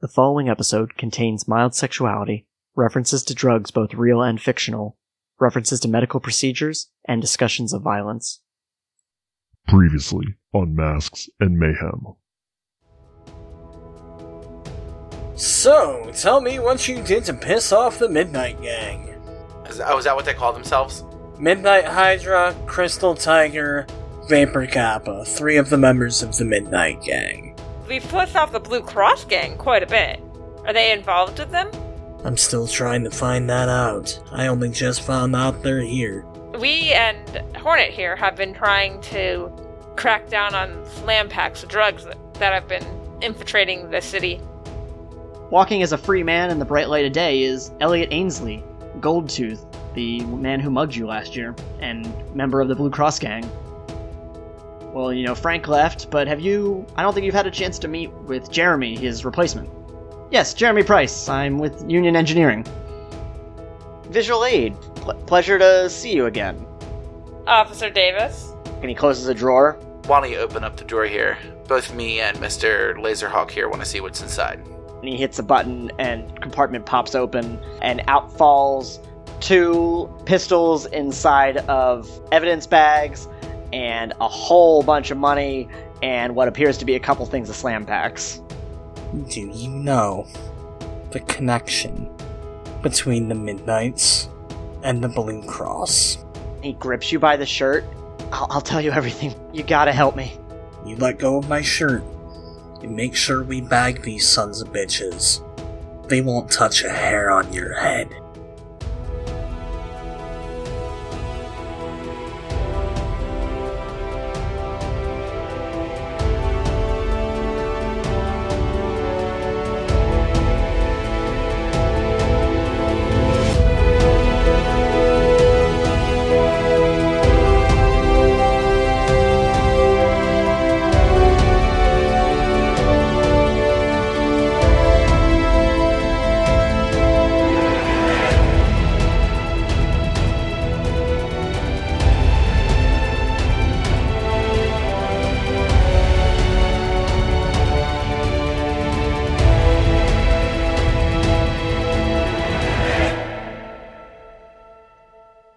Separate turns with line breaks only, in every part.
The following episode contains mild sexuality, references to drugs both real and fictional, references to medical procedures, and discussions of violence.
Previously on Masks and Mayhem.
So, tell me what you did to piss off the Midnight Gang.
Is, oh, is that what they call themselves?
Midnight Hydra, Crystal Tiger, Vapor Kappa, three of the members of the Midnight Gang.
We pissed off the Blue Cross gang quite a bit. Are they involved with them?
I'm still trying to find that out. I only just found out they're here.
We and Hornet here have been trying to crack down on slam packs of drugs that, that have been infiltrating the city.
Walking as a free man in the bright light of day is Elliot Ainsley, Goldtooth, the man who mugged you last year, and member of the Blue Cross Gang. Well, you know, Frank left, but have you. I don't think you've had a chance to meet with Jeremy, his replacement. Yes, Jeremy Price. I'm with Union Engineering. Visual aid. Ple- pleasure to see you again.
Officer Davis?
And he closes a drawer.
Why don't you open up the drawer here? Both me and Mr. Laserhawk here want to see what's inside.
and he hits a button and compartment pops open and out falls two pistols inside of evidence bags and a whole bunch of money and what appears to be a couple things of slam packs.
Do you know the connection between the Midnights and the Blue Cross?
He grips you by the shirt. I'll, I'll tell you everything. You gotta help me.
You let go of my shirt and make sure we bag these sons of bitches. They won't touch a hair on your head.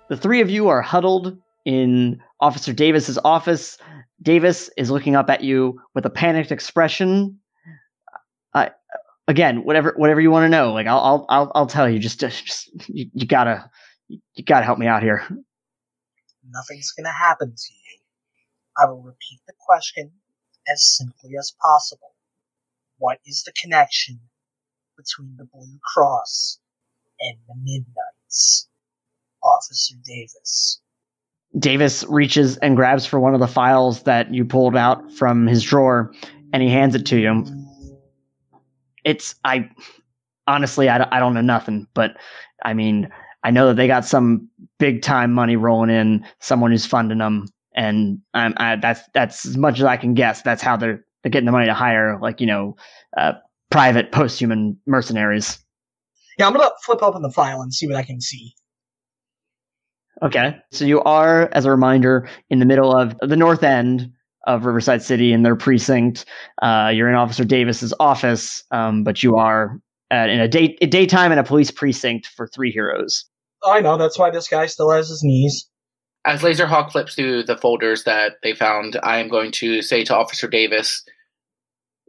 The three of you are huddled in Officer Davis's office. Davis is looking up at you with a panicked expression. I, again, whatever, whatever you want to know, like I'll, I'll, I'll, I'll tell you. Just, just you, you gotta, you gotta help me out here.
nothing's going to happen to you. I will repeat the question as simply as possible. What is the connection between the Blue Cross and the Midnights? Officer Davis.
Davis reaches and grabs for one of the files that you pulled out from his drawer, and he hands it to you. It's I honestly I, don't- I don't know nothing, but I mean I know that they got some big time money rolling in, someone who's funding them, and I'm, I, that's that's as much as I can guess. That's how they're they're getting the money to hire like you know uh, private post human mercenaries.
Yeah, I'm going to flip open the file and see what I can see.
Okay. So you are, as a reminder, in the middle of the north end of Riverside City in their precinct. Uh, you're in Officer Davis's office, um, but you are at, in a, day, a daytime in a police precinct for three heroes.
I know, that's why this guy still has his knees.
As Laserhawk flips through the folders that they found, I am going to say to Officer Davis,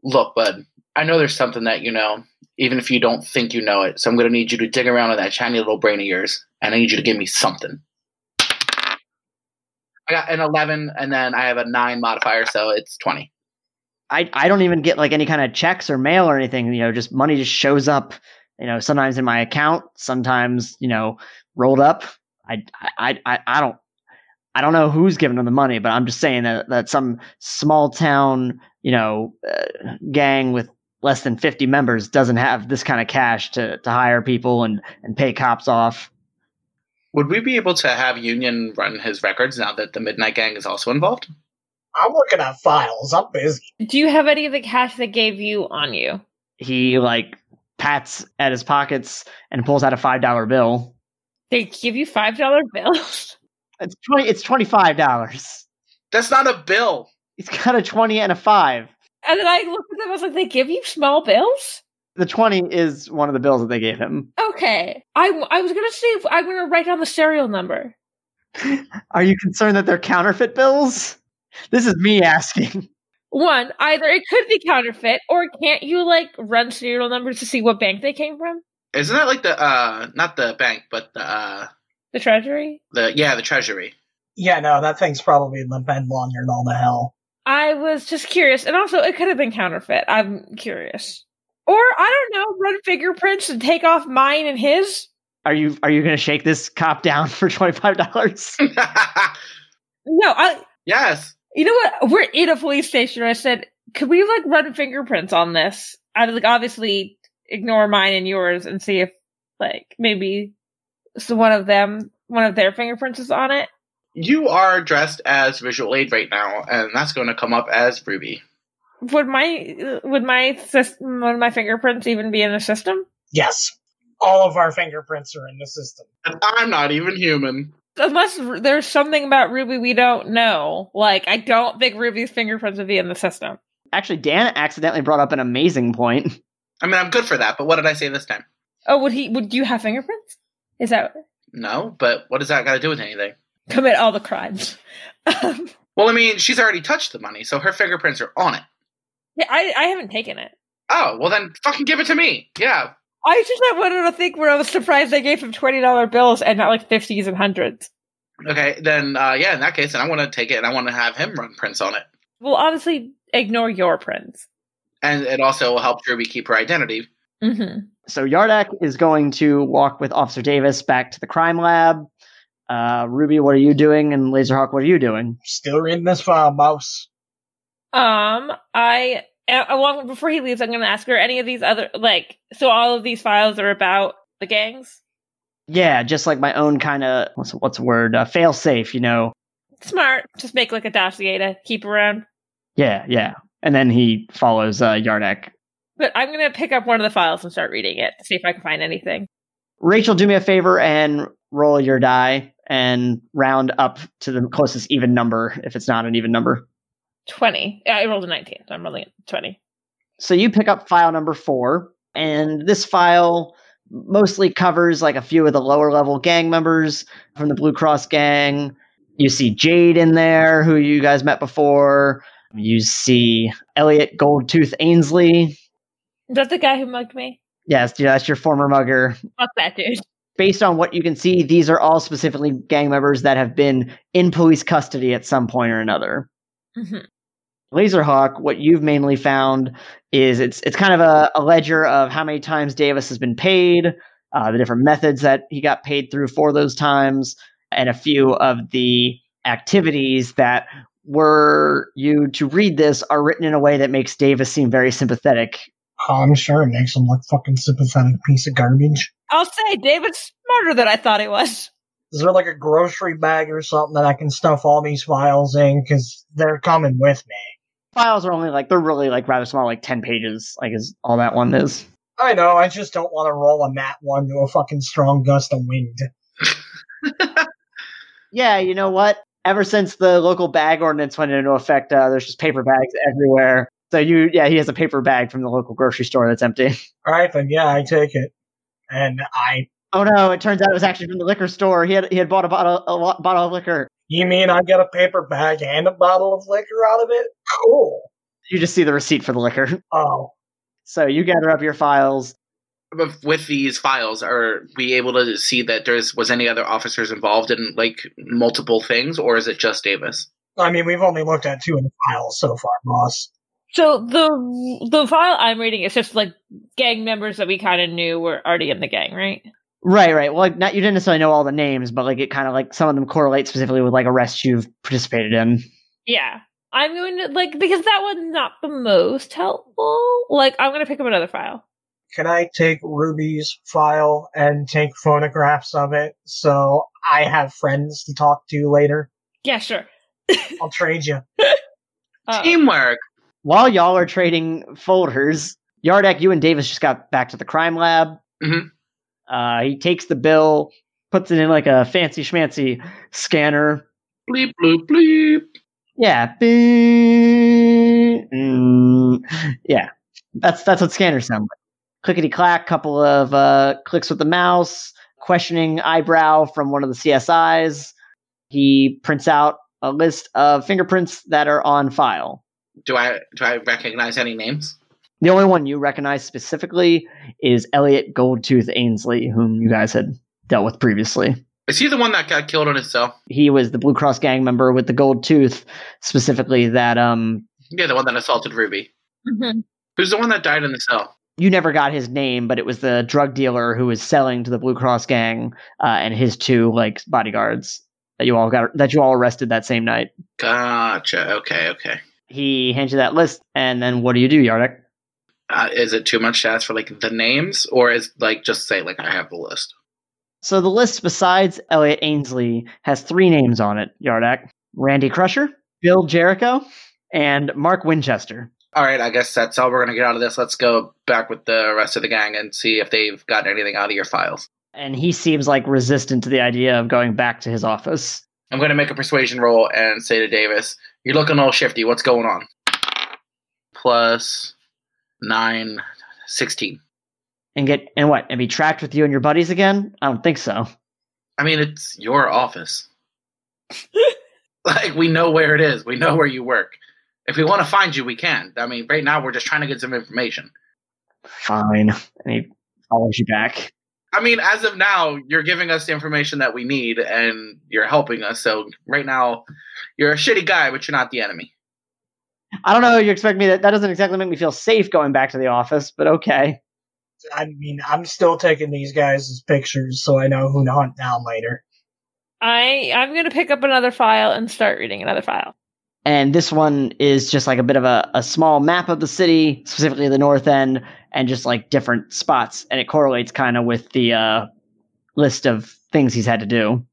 Look, bud, I know there's something that you know, even if you don't think you know it. So I'm going to need you to dig around in that shiny little brain of yours, and I need you to give me something. I got an 11, and then I have a 9 modifier, so it's 20.
I, I don't even get like any kind of checks or mail or anything. You know, just money just shows up. You know, sometimes in my account, sometimes you know, rolled up. I I I, I don't I don't know who's giving them the money, but I'm just saying that that some small town you know uh, gang with less than 50 members doesn't have this kind of cash to to hire people and and pay cops off.
Would we be able to have Union run his records now that the Midnight Gang is also involved?
I'm working on files. I'm busy.
Do you have any of the cash they gave you on you?
He like pats at his pockets and pulls out a five dollar bill.
They give you $5 bills?
It's twenty. It's twenty five dollars.
That's not a bill.
He's got a 20 and a 5.
And then I looked at them, I was like, they give you small bills?
the twenty is one of the bills that they gave him.
Okay. I, I was going to see if I'm going to write down the serial number.
Are you concerned that they're counterfeit bills? This is me asking.
One, either it could be counterfeit or can't you like run serial numbers to see what bank they came from?
Isn't that like the uh not the bank, but the uh
The treasury?
the yeah, the treasury.
Yeah, no, that thing's probably been laundered all the hell.
I was just curious. And also, it could have been counterfeit. I'm curious. Or, I don't know, run fingerprints and take off mine and his?
Are you are you gonna shake this cop down for twenty five dollars?
No, I.
yes.
You know what? We're in a police station. I said, could we like run fingerprints on this? I was like, obviously, ignore mine and yours and see if like maybe so one of them, one of their fingerprints is on it.
You are dressed as visual aid right now, and that's gonna come up as Ruby.
Would my would my system would my fingerprints even be in the system?
Yes. All of our fingerprints are in the system.
And I'm not even human.
Unless r- there's something about Ruby we don't know. Like I don't think Ruby's fingerprints would be in the system.
Actually, Dan accidentally brought up an amazing point.
I mean I'm good for that, but what did I say this time?
Oh, would he? Would you have fingerprints? Is that
No, but what does that gotta do with anything?
commit all the crimes? Um,
Well, I mean, she's already touched the money, so her fingerprints are on it.
yeah, I I haven't taken it.
Oh, well then fucking give it to me. Yeah.
I just had one little thing where I was surprised they gave him twenty dollar bills and not like fifties and hundreds.
Okay, then uh yeah, in that case, and I wanna take it and I wanna have him run prints on it.
Well, obviously, ignore your prints.
And it also will help Ruby keep her identity.
Mm-hmm.
So Yardak is going to walk with Officer Davis back to the crime lab. Uh, Ruby, what are you doing? And Laserhawk, what are you doing?
Still reading this file, mouse.
Um, I a- along before he leaves, I'm going to ask her any of these other like so all of these files are about the gangs.
Yeah, just like my own kind of what's what's the word? Uh, fail safe, you know.
Smart. Just make like a dossier to keep around.
Yeah, yeah. And then he follows uh, Yardak.
But I'm going to pick up one of the files and start reading it to see if I can find anything.
Rachel, do me a favor and roll your die and round up to the closest even number if it's not an even number.
Twenty. Yeah, I rolled a nineteen, so I'm rolling a twenty.
So you pick up file number four, and this file mostly covers like a few of the lower level gang members from the Blue Cross gang. You see Jade in there, who you guys met before. You see Elliot Goldtooth Ainsley.
Is that the guy who mugged me?
Yes, that's your former mugger.
Fuck that dude.
Based on what you can see, these are all specifically gang members that have been in police custody at some point or another.
Mm-hmm.
Laserhawk, what you've mainly found is it's it's kind of a, a ledger of how many times Davis has been paid, uh, the different methods that he got paid through for those times, and a few of the activities that were you to read this are written in a way that makes Davis seem very sympathetic.
I'm sure it makes him look fucking sympathetic piece of garbage.
I'll say David's smarter than I thought he was.
Is there like a grocery bag or something that I can stuff all these files in? Because they're coming with me.
Files are only like they're really like rather small, like ten pages, like is all that one is.
I know, I just don't want to roll a mat one to a fucking strong gust of wind.
Yeah, you know what? Ever since the local bag ordinance went into effect, uh, there's just paper bags everywhere. So you, yeah, he has a paper bag from the local grocery store that's empty.
Alright, then yeah, I take it. And I.
Oh no! It turns out it was actually from the liquor store. He had he had bought a bottle a lo- bottle of liquor.
You mean I get a paper bag and a bottle of liquor out of it? Cool.
You just see the receipt for the liquor.
Oh,
So you gather up your files.
But with these files, are we able to see that there's was any other officers involved in like multiple things, or is it just Davis?
I mean, we've only looked at two of the files so far, boss.
So the the file I'm reading is just like gang members that we kind of knew were already in the gang, right?
Right, right. Well, like, not you didn't necessarily know all the names, but like it kind of like some of them correlate specifically with like arrests you've participated in.
Yeah. I'm going to like because that one's not the most helpful. Like I'm going to pick up another file.
Can I take Ruby's file and take photographs of it so I have friends to talk to later?
Yeah, sure.
I'll trade you.
Uh,
Teamwork.
While y'all are trading folders, Yardak, you and Davis just got back to the crime lab.
Mhm.
Uh, he takes the bill, puts it in like a fancy schmancy scanner.
Bleep bloop bleep.
Yeah, beep. Mm. yeah. That's that's what scanners sound like. clickety clack, couple of uh, clicks with the mouse, questioning eyebrow from one of the CSIs. He prints out a list of fingerprints that are on file.
Do I do I recognize any names?
The only one you recognize specifically is Elliot Goldtooth Ainsley, whom you guys had dealt with previously.
Is he the one that got killed on his cell?
He was the Blue Cross gang member with the gold tooth, specifically that um
Yeah, the one that assaulted Ruby.
Mhm.
Who's the one that died in the cell?
you never got his name, but it was the drug dealer who was selling to the Blue Cross gang uh, and his two like bodyguards that you all got that you all arrested that same night.
Gotcha. Okay. Okay.
He hands you that list, and then what do you do, Yardak?
Uh, is it too much to ask for like the names, or is like just say like I have the list?
So the list, besides Elliot Ainsley, has three names on it, Yardak. Randy Crusher, Bill Jericho, and Mark Winchester.
All right. I guess that's all we're gonna get out of this. Let's go back with the rest of the gang and see if they've gotten anything out of your files.
And he seems like resistant to the idea of going back to his office.
I'm gonna make a persuasion roll and say to Davis, "You're looking all shifty. What's going on?" Plus nine, sixteen.
And get and what? And be tracked with you and your buddies again? I don't think so.
I mean, it's your office. like we know where it is. We know where you work. If we want to find you, we can. I mean, right now we're just trying to get some information.
Fine. And he follows you back.
I mean, as of now, you're giving us the information that we need and you're helping us. So right now, you're a shitty guy, but you're not the enemy.
I don't know you expect me that that doesn't exactly make me feel safe going back to the office, but okay.
I mean, I'm still taking these guys' as pictures so I know who to hunt down later.
I I'm gonna pick up another file and start reading another file.
And this one is just like a bit of a, a small map of the city, specifically the north end, and just like different spots. And it correlates kind of with the uh, list of things he's had to do.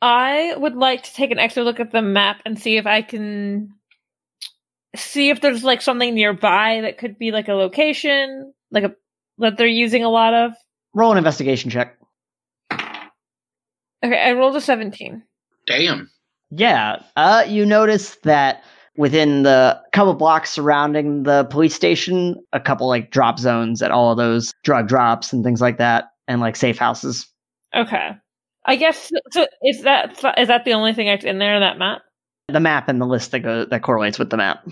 I would like to take an extra look at the map and see if I can see if there's like something nearby that could be like a location, like a that they're using a lot of.
Roll an investigation check.
Okay, I rolled a seventeen.
Damn.
Yeah. Uh, you notice that within the couple blocks surrounding the police station, a couple like drop zones at all of those drug drops and things like that, and like safe houses.
Okay, I guess so. Is that is that the only thing that's in there in that map?
The map and the list that go that correlates with the map.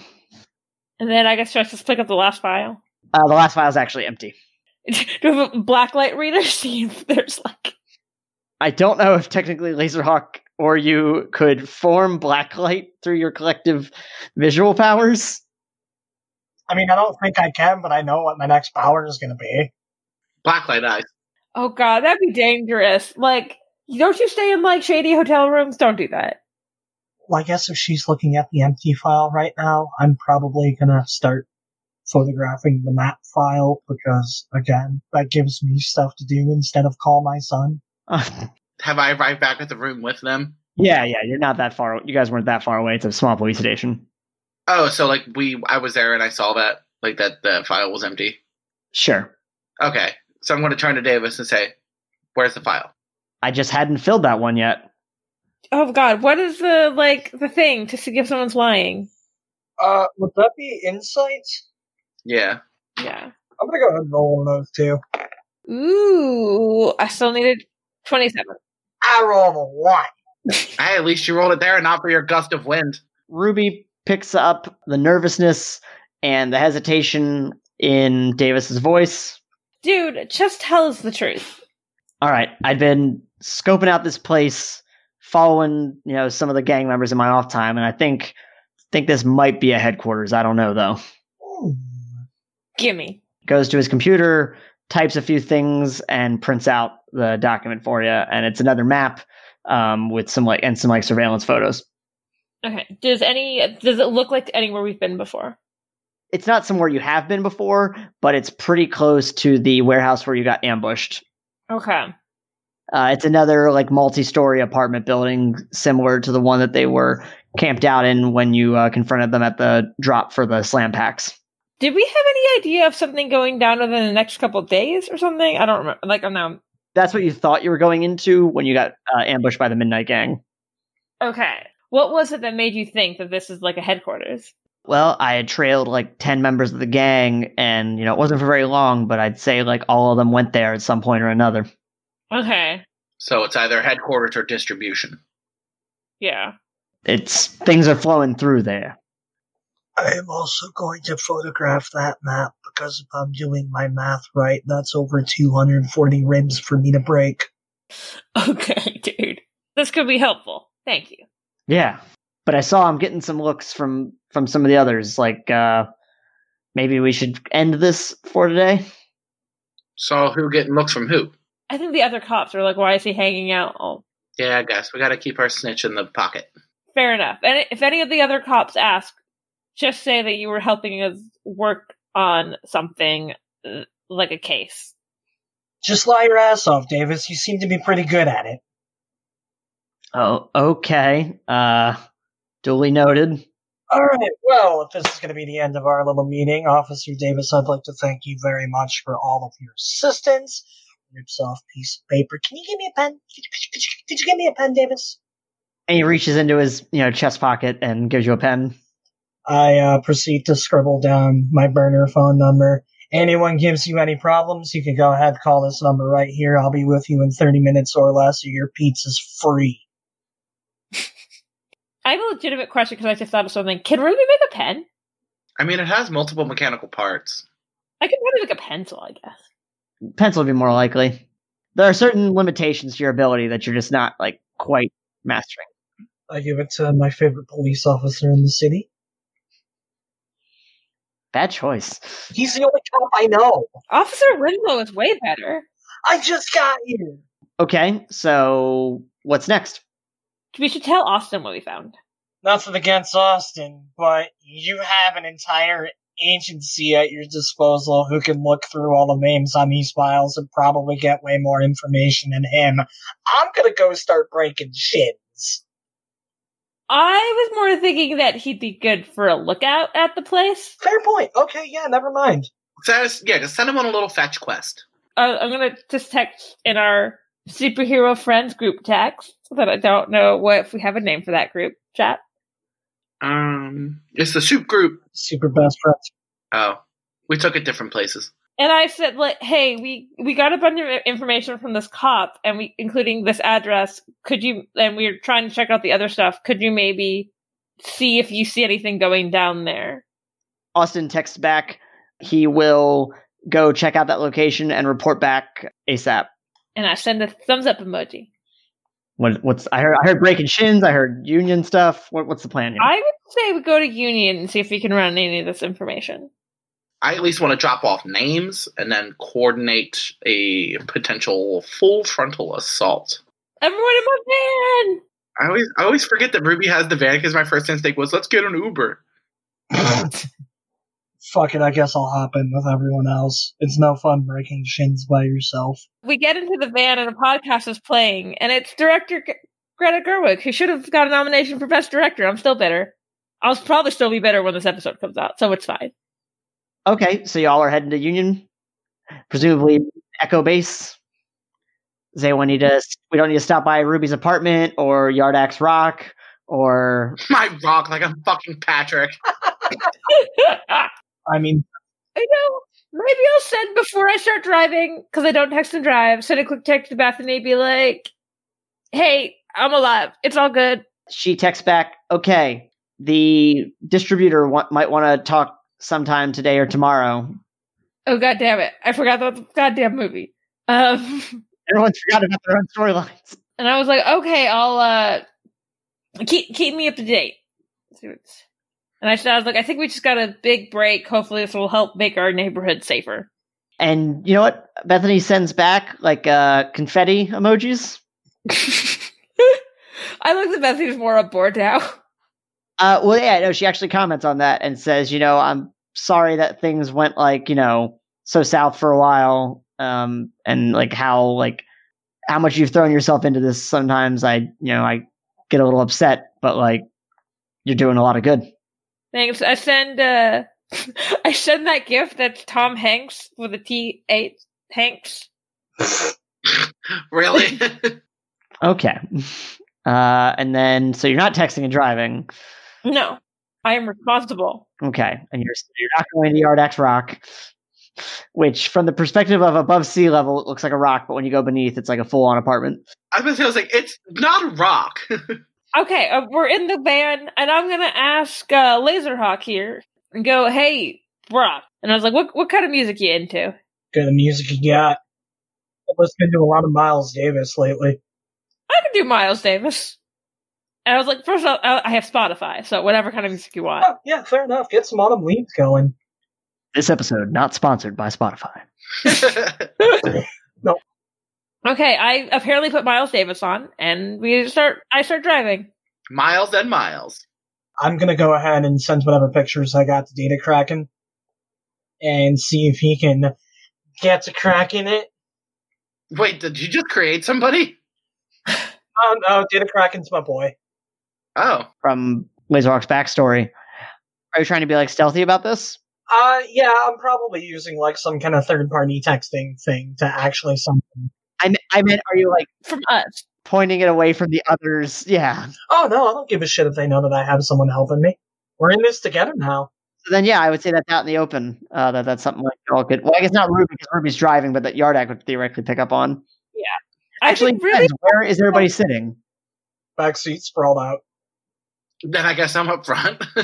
And then I guess should I just pick up the last file?
Uh, the last file is actually empty.
Do you have a blacklight reader? See if there's like
I don't know if technically Laserhawk or you could form blacklight through your collective visual powers.
I mean, I don't think I can, but I know what my next power is going to be.
Blacklight eyes.
Oh god, that'd be dangerous. Like, don't you stay in like shady hotel rooms? Don't do that.
Well, I guess if she's looking at the empty file right now, I'm probably going to start photographing the map file because, again, that gives me stuff to do instead of call my son.
Have I arrived back at the room with them?
yeah, yeah, you're not that far. You guys weren't that far away. It's a small police station.
Oh, so like we, I was there and I saw that, like that the file was empty.
Sure.
Okay. So I'm going to turn to Davis and say, where's the file?
I just hadn't filled that one yet.
Oh god, what is the like the thing to see if someone's lying?
Uh, would that be insights?
Yeah.
Yeah.
I'm going to go ahead and roll one of those two.
Ooh, I still needed twenty-seven.
I rolled a one.
Hey, at least you rolled it there and not for your gust of wind.
Ruby picks up the nervousness and the hesitation in Davis's voice.
Dude, just tell us the truth.
All right, I'd been scoping out this place, following you know some of the gang members in my off time, and I think think this might be a headquarters. I don't know though.
Hmm.
Gimme.
Goes to his computer, types a few things, and prints out the document for you. And it's another map um, with some like and some like surveillance photos.
Okay. Does any does it look like anywhere we've been before?
It's not somewhere you have been before, but it's pretty close to the warehouse where you got ambushed.
Okay.
Uh, it's another like multi-story apartment building similar to the one that they were camped out in when you uh, confronted them at the drop for the slam packs.
Did we have any idea of something going down within the next couple days or something? I don't remember. Like I'm now.
That's what you thought you were going into when you got uh, ambushed by the Midnight Gang.
Okay. What was it that made you think that this is like a headquarters?
Well, I had trailed like 10 members of the gang, and, you know, it wasn't for very long, but I'd say like all of them went there at some point or another.
Okay.
So it's either headquarters or distribution.
Yeah.
It's things are flowing through there.
I am also going to photograph that map because if I'm doing my math right, that's over 240 rims for me to break.
Okay, dude. This could be helpful. Thank you.
Yeah. But I saw I'm getting some looks from from some of the others like uh maybe we should end this for today.
So who getting looks from who?
I think the other cops are like, why is he hanging out? Oh,
Yeah, I guess we got to keep our snitch in the pocket.
fair enough. And if any of the other cops ask, just say that you were helping us work on something uh, like a case.
Just lie your ass off, Davis. You seem to be pretty good at it.
Oh, okay. Uh duly noted.
All right. Well, if this is going to be the end of our little meeting, Officer Davis, I'd like to thank you very much for all of your assistance. Rips off a piece of paper. Can you give me a pen? Could you, could you- could you- could you give me a pen, Davis?
And he reaches into his, you know, chest pocket and gives you a pen.
I uh, proceed to scribble down my burner phone number. Anyone gives you any problems, you can go ahead call this number right here. I'll be with you in 30 minutes or less, or your pizza's free.
I have a legitimate question because I just thought of something. Can Ruby make a pen?
I mean, it has multiple mechanical parts.
I could probably make a pencil, I guess.
Pencil would be more likely. There are certain limitations to your ability that you're just not like quite mastering.
I give it to my favorite police officer in the city.
Bad choice.
He's the only cop I know.
Officer Winslow is way better.
I just got here.
Okay, so what's next?
We should tell Austin what we found.
Nothing against Austin, but you have an entire agency at your disposal who can look through all the names on these files and probably get way more information than him. I'm gonna go start breaking shins.
I was more thinking that he'd be good for a lookout at the place.
Fair point. Okay, yeah, never mind.
Send us- yeah, just send him on a little fetch quest.
Uh, I'm gonna just text in our superhero friends group text that I don't know what if we have a name for that group chat.
Um, it's the soup group.
Super best friends.
Oh, we took it different places.
And I said, like, hey, we we got a bunch of information from this cop, and we including this address. Could you? And we are trying to check out the other stuff. Could you maybe see if you see anything going down there?
Austin texts back. He will go check out that location and report back ASAP.
And I send a thumbs up emoji.
What, what's I heard? I heard breaking shins. I heard union stuff. What, what's the plan? Here?
I would say we go to Union and see if we can run any of this information.
I at least want to drop off names and then coordinate a potential full frontal assault.
Everyone in my van.
I always, I always forget that Ruby has the van because my first instinct was let's get an Uber.
Fuck it, I guess I'll hop in with everyone else. It's no fun breaking shins by yourself.
we get into the van and a podcast is playing, and it's director G- Greta Gerwig, who should have got a nomination for Best Director. I'm still bitter. I'll probably still be bitter when this episode comes out, so it's fine.
okay, so y'all are heading to Union, presumably Echo Base. Does anyone need to? We don't need to stop by Ruby's apartment or Yardax Rock or
My rock, like I'm fucking Patrick.
I mean,
I know. Maybe I'll send before I start driving because I don't text and drive. Send a quick text to Bethany, be like, "Hey, I'm alive. It's all good."
she texts back, okay, the distributor wa- might want to talk sometime today or tomorrow.
Oh god damn it! I forgot about the goddamn movie. Um,
Everyone's forgot about their own storylines.
and I was like, "Okay, I'll uh keep keep me up to date." See what's- And I said, "I was like, I think we just got a big break. Hopefully, this will help make our neighborhood safer."
And you know what? Bethany sends back like uh, confetti emojis.
I look at Bethany's more on board now.
Uh, well, yeah, no, she actually comments on that and says, you know, I'm sorry that things went like, you know, so south for a while. Um, and like how, like, how much you've thrown yourself into this. Sometimes I, you know, I get a little upset, but like, you're doing a lot of good.
Thanks. I send uh I send that gift that's Tom Hanks with a T eight Hanks.
Really?
Okay. Uh, and then, so you're not texting and driving.
No. I am responsible.
Okay, and you're you're not going to Yardax Rock, which, from the perspective of above sea level, it looks like a rock, but when you go beneath, it's like a full-on apartment.
I was gonna say, I was like, it's not a rock.
Okay, uh, we're in the van, and I'm gonna ask uh, Laserhawk here and go, "Hey, Brock," and I was like, "What what kind of music you into?"
Good music you got. I've listened to a lot of Miles Davis lately.
I can do Miles Davis. And I was like, first of all, I I have Spotify, so whatever kind of music you want.
Oh, yeah, fair enough. Get some autumn leaves going.
This episode not sponsored by Spotify.
Okay, I apparently put Miles Davis on, and we start. I start driving.
miles and miles.
I'm gonna go ahead and send whatever pictures I got to Data Kraken and see if he can get to cracking it.
Wait, did you just create somebody?
Oh no, Data Kraken's my boy.
Oh,
From Laserhawk's backstory, are you trying to be like stealthy about this?
Uh, yeah, I'm probably using like some kind of third party texting thing to actually something.
I me- I meant, are you like
From us,
pointing it away from the others? Yeah.
Oh no, I don't give a shit if they know that I have someone helping me. We're in this together now.
So then, yeah, I would say that's out in the open. Uh, that that's something like y'all could. Well, I guess not Ruby because Ruby's driving, but that Yardak would theoretically pick up on. Actually,
actually, really,
depends. where is everybody sitting?
Backseat sprawled out.
then I guess I'm up front.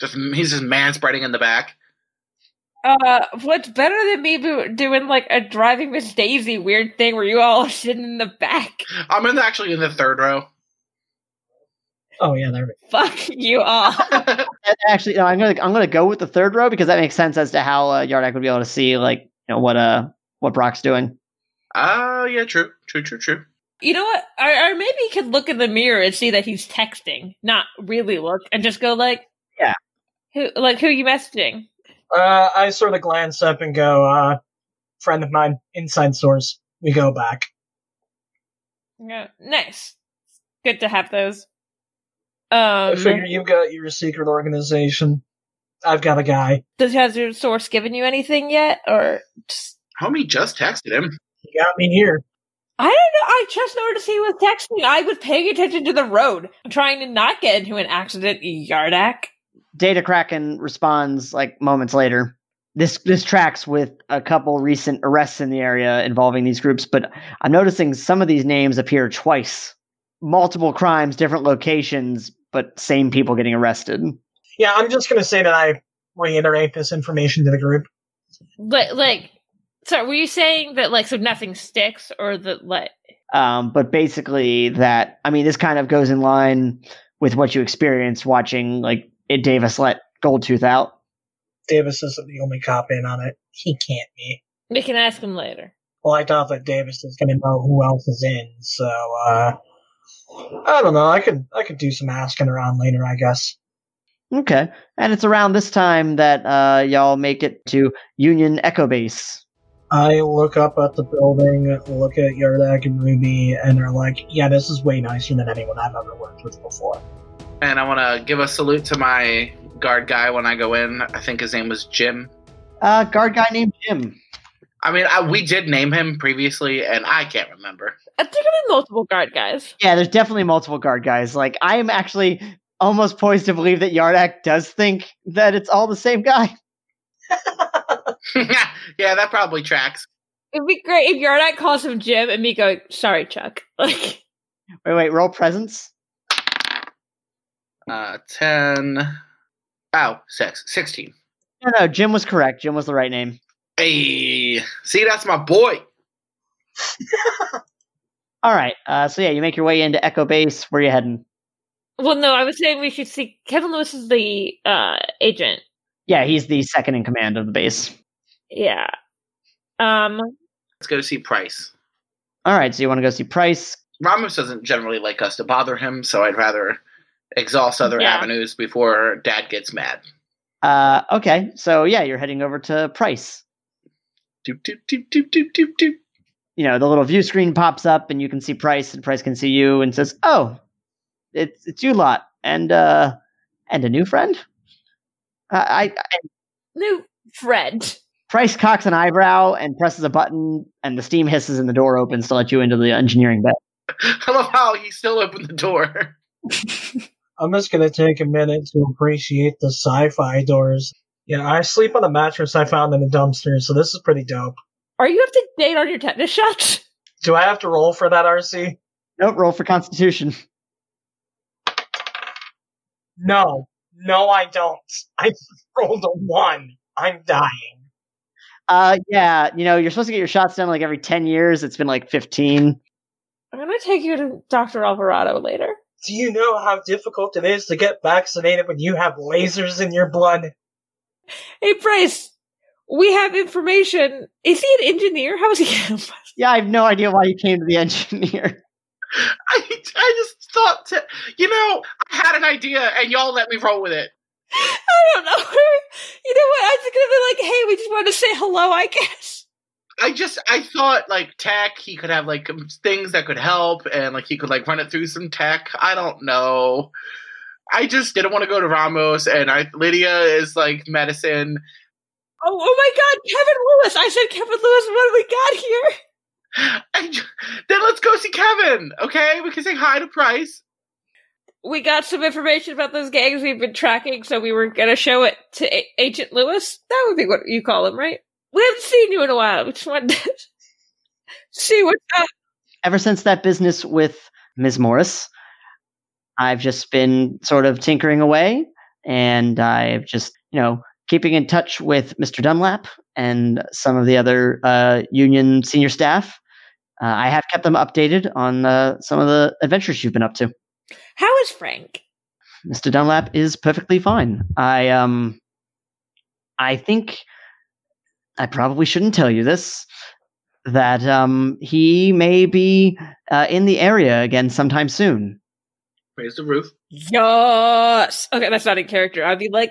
just he's just man spreading in the back.
uh, what's better than me bo- doing like a driving Miss Daisy weird thing where you all are sitting in the back?
I'm in the, actually in the third row.
Oh yeah, there we
Fuck you all.
That- Actually, no, I'm gonna I'm gonna go with the third row because that makes sense as to how uh, Yardak would be able to see like you know what uh what Brock's doing.
Oh yeah, true, true, true, true.
You know what? Or, or maybe you could look in the mirror and see that he's texting, not really look, and just go like,
Yeah.
who like who you messaging?"
go. Uh, I sort of glance up and go, uh, friend of mine, inside source. We go back.
Yeah, nice. Good to have those. Um,
I figure you've got your secret organization. I've got a guy.
does has your source given you anything yet, or just?
Homie just texted him.
He got me here.
I don't know. I just noticed he was texting. I was paying attention to the road, trying to not get into an accident. Yardak.
Data Kraken responds like moments later. This this tracks with a couple recent arrests in the area involving these groups, but I'm noticing some of these names appear twice. Multiple crimes, different locations, but same people getting arrested.
Yeah, I'm just gonna say that I reiterate this information to the group.
But like, so were you saying that like so nothing sticks, or that like
Um, but basically, that I mean, this kind of goes in line with what you experienced watching like it Davis let Goldtooth out.
Davis isn't the only cop in on it. He can't be.
we can ask him later.
Well, I doubt that Davis is gonna know who else is in. So, uh, I don't know. I could I could do some asking around later, I guess.
Okay, and it's around this time that uh, y'all make it to Union Echo Base.
I look up at the building, look at Yardak and Ruby, and are like, yeah, this is way nicer than anyone I've ever worked with before.
And I want to give a salute to my guard guy when I go in. I think his name was Jim.
Uh, guard guy named Jim.
I mean, I, we did name him previously, and I can't remember.
I think I'm in multiple guard guys.
Yeah, there's definitely multiple guard guys. Like I am actually almost poised to believe that Yardak does think that it's all the same guy.
yeah, that probably tracks.
It'd be great if Yardak calls him Jim and me going, "Sorry, Chuck." Like,
Wait, wait, roll presence.
Uh, 10. Oh, six. 16.
No, no, Jim was correct. Jim was the right name.
Hey, see, that's my boy.
All right. Uh, so yeah, you make your way into Echo Base. Where you heading?
well, no, I was saying we should see. Kevin Lewis is the uh, agent.
Yeah, he's the second in command of the base.
Yeah. Um.
Let's go see Price.
All right, so you want to go see Price?
Ramos doesn't generally like us to bother him, so I'd rather exhaust other
Yeah.
avenues before Dad gets mad.
Uh, okay, so yeah, you're heading over to Price.
Doop, doop, doop, doop, doop, doop, doop.
You know, the little view screen pops up, and you can see Price, and Price can see you, and says, "Oh, it's it's you lot, and uh, and a new friend." Uh, I, I
New Fred.
Price cocks an eyebrow and presses a button, and the steam hisses, and the door opens to let you into the engineering bay.
I love how he still opened the door.
I'm just gonna take a minute to appreciate the sci-fi doors. Yeah, I sleep on a mattress I found in a dumpster, so this is pretty dope.
Are you up to date on your tetanus shots?
Do I have to roll for that RC?
Nope, roll for Constitution.
No. No, I don't. I rolled a one. I'm dying.
Uh, yeah, you know, you're supposed to get your shots done like every 10 years. It's been like 15.
I'm gonna take you to Dr. Alvarado later.
Do you know how difficult it is to get vaccinated when you have lasers in your blood?
Hey, Bryce, we have information. Is he an engineer? How is he?
Yeah, I have no idea why you came to the engineer.
I, I just thought, to, you know, I had an idea and y'all let me roll with it.
I don't know. You know what? I was gonna be like, hey, we just wanted to say hello, I guess.
I just, I thought like tech, he could have like um, things that could help and like he could like run it through some tech. I don't know. I just didn't want to go to Ramos and I, Lydia is like medicine.
Oh, oh my God, Kevin Lewis! I said Kevin Lewis. What do
I
we got here?
ju- then let's go see Kevin, okay? We can say hi to Price.
We got some information about those gangs we've been tracking, so we were gonna show it to A- Agent Lewis. That would be what you call him, right? We haven't seen you in a while. We just wanted to see what's up.
Ever since that business with Ms. Morris, I've just been sort of tinkering away and I've just, you know, keeping in touch with Mr. Dunlap and some of the other uh, union senior staff. Uh, I have kept them updated on uh, some of the adventures you've been up to.
How is Frank?
Mr. Dunlap is perfectly fine. I um I think I probably shouldn't tell you this that um he may be uh, in the area again sometime soon.
Raise the roof.
Yes. Okay, that's not in character. I'd be like,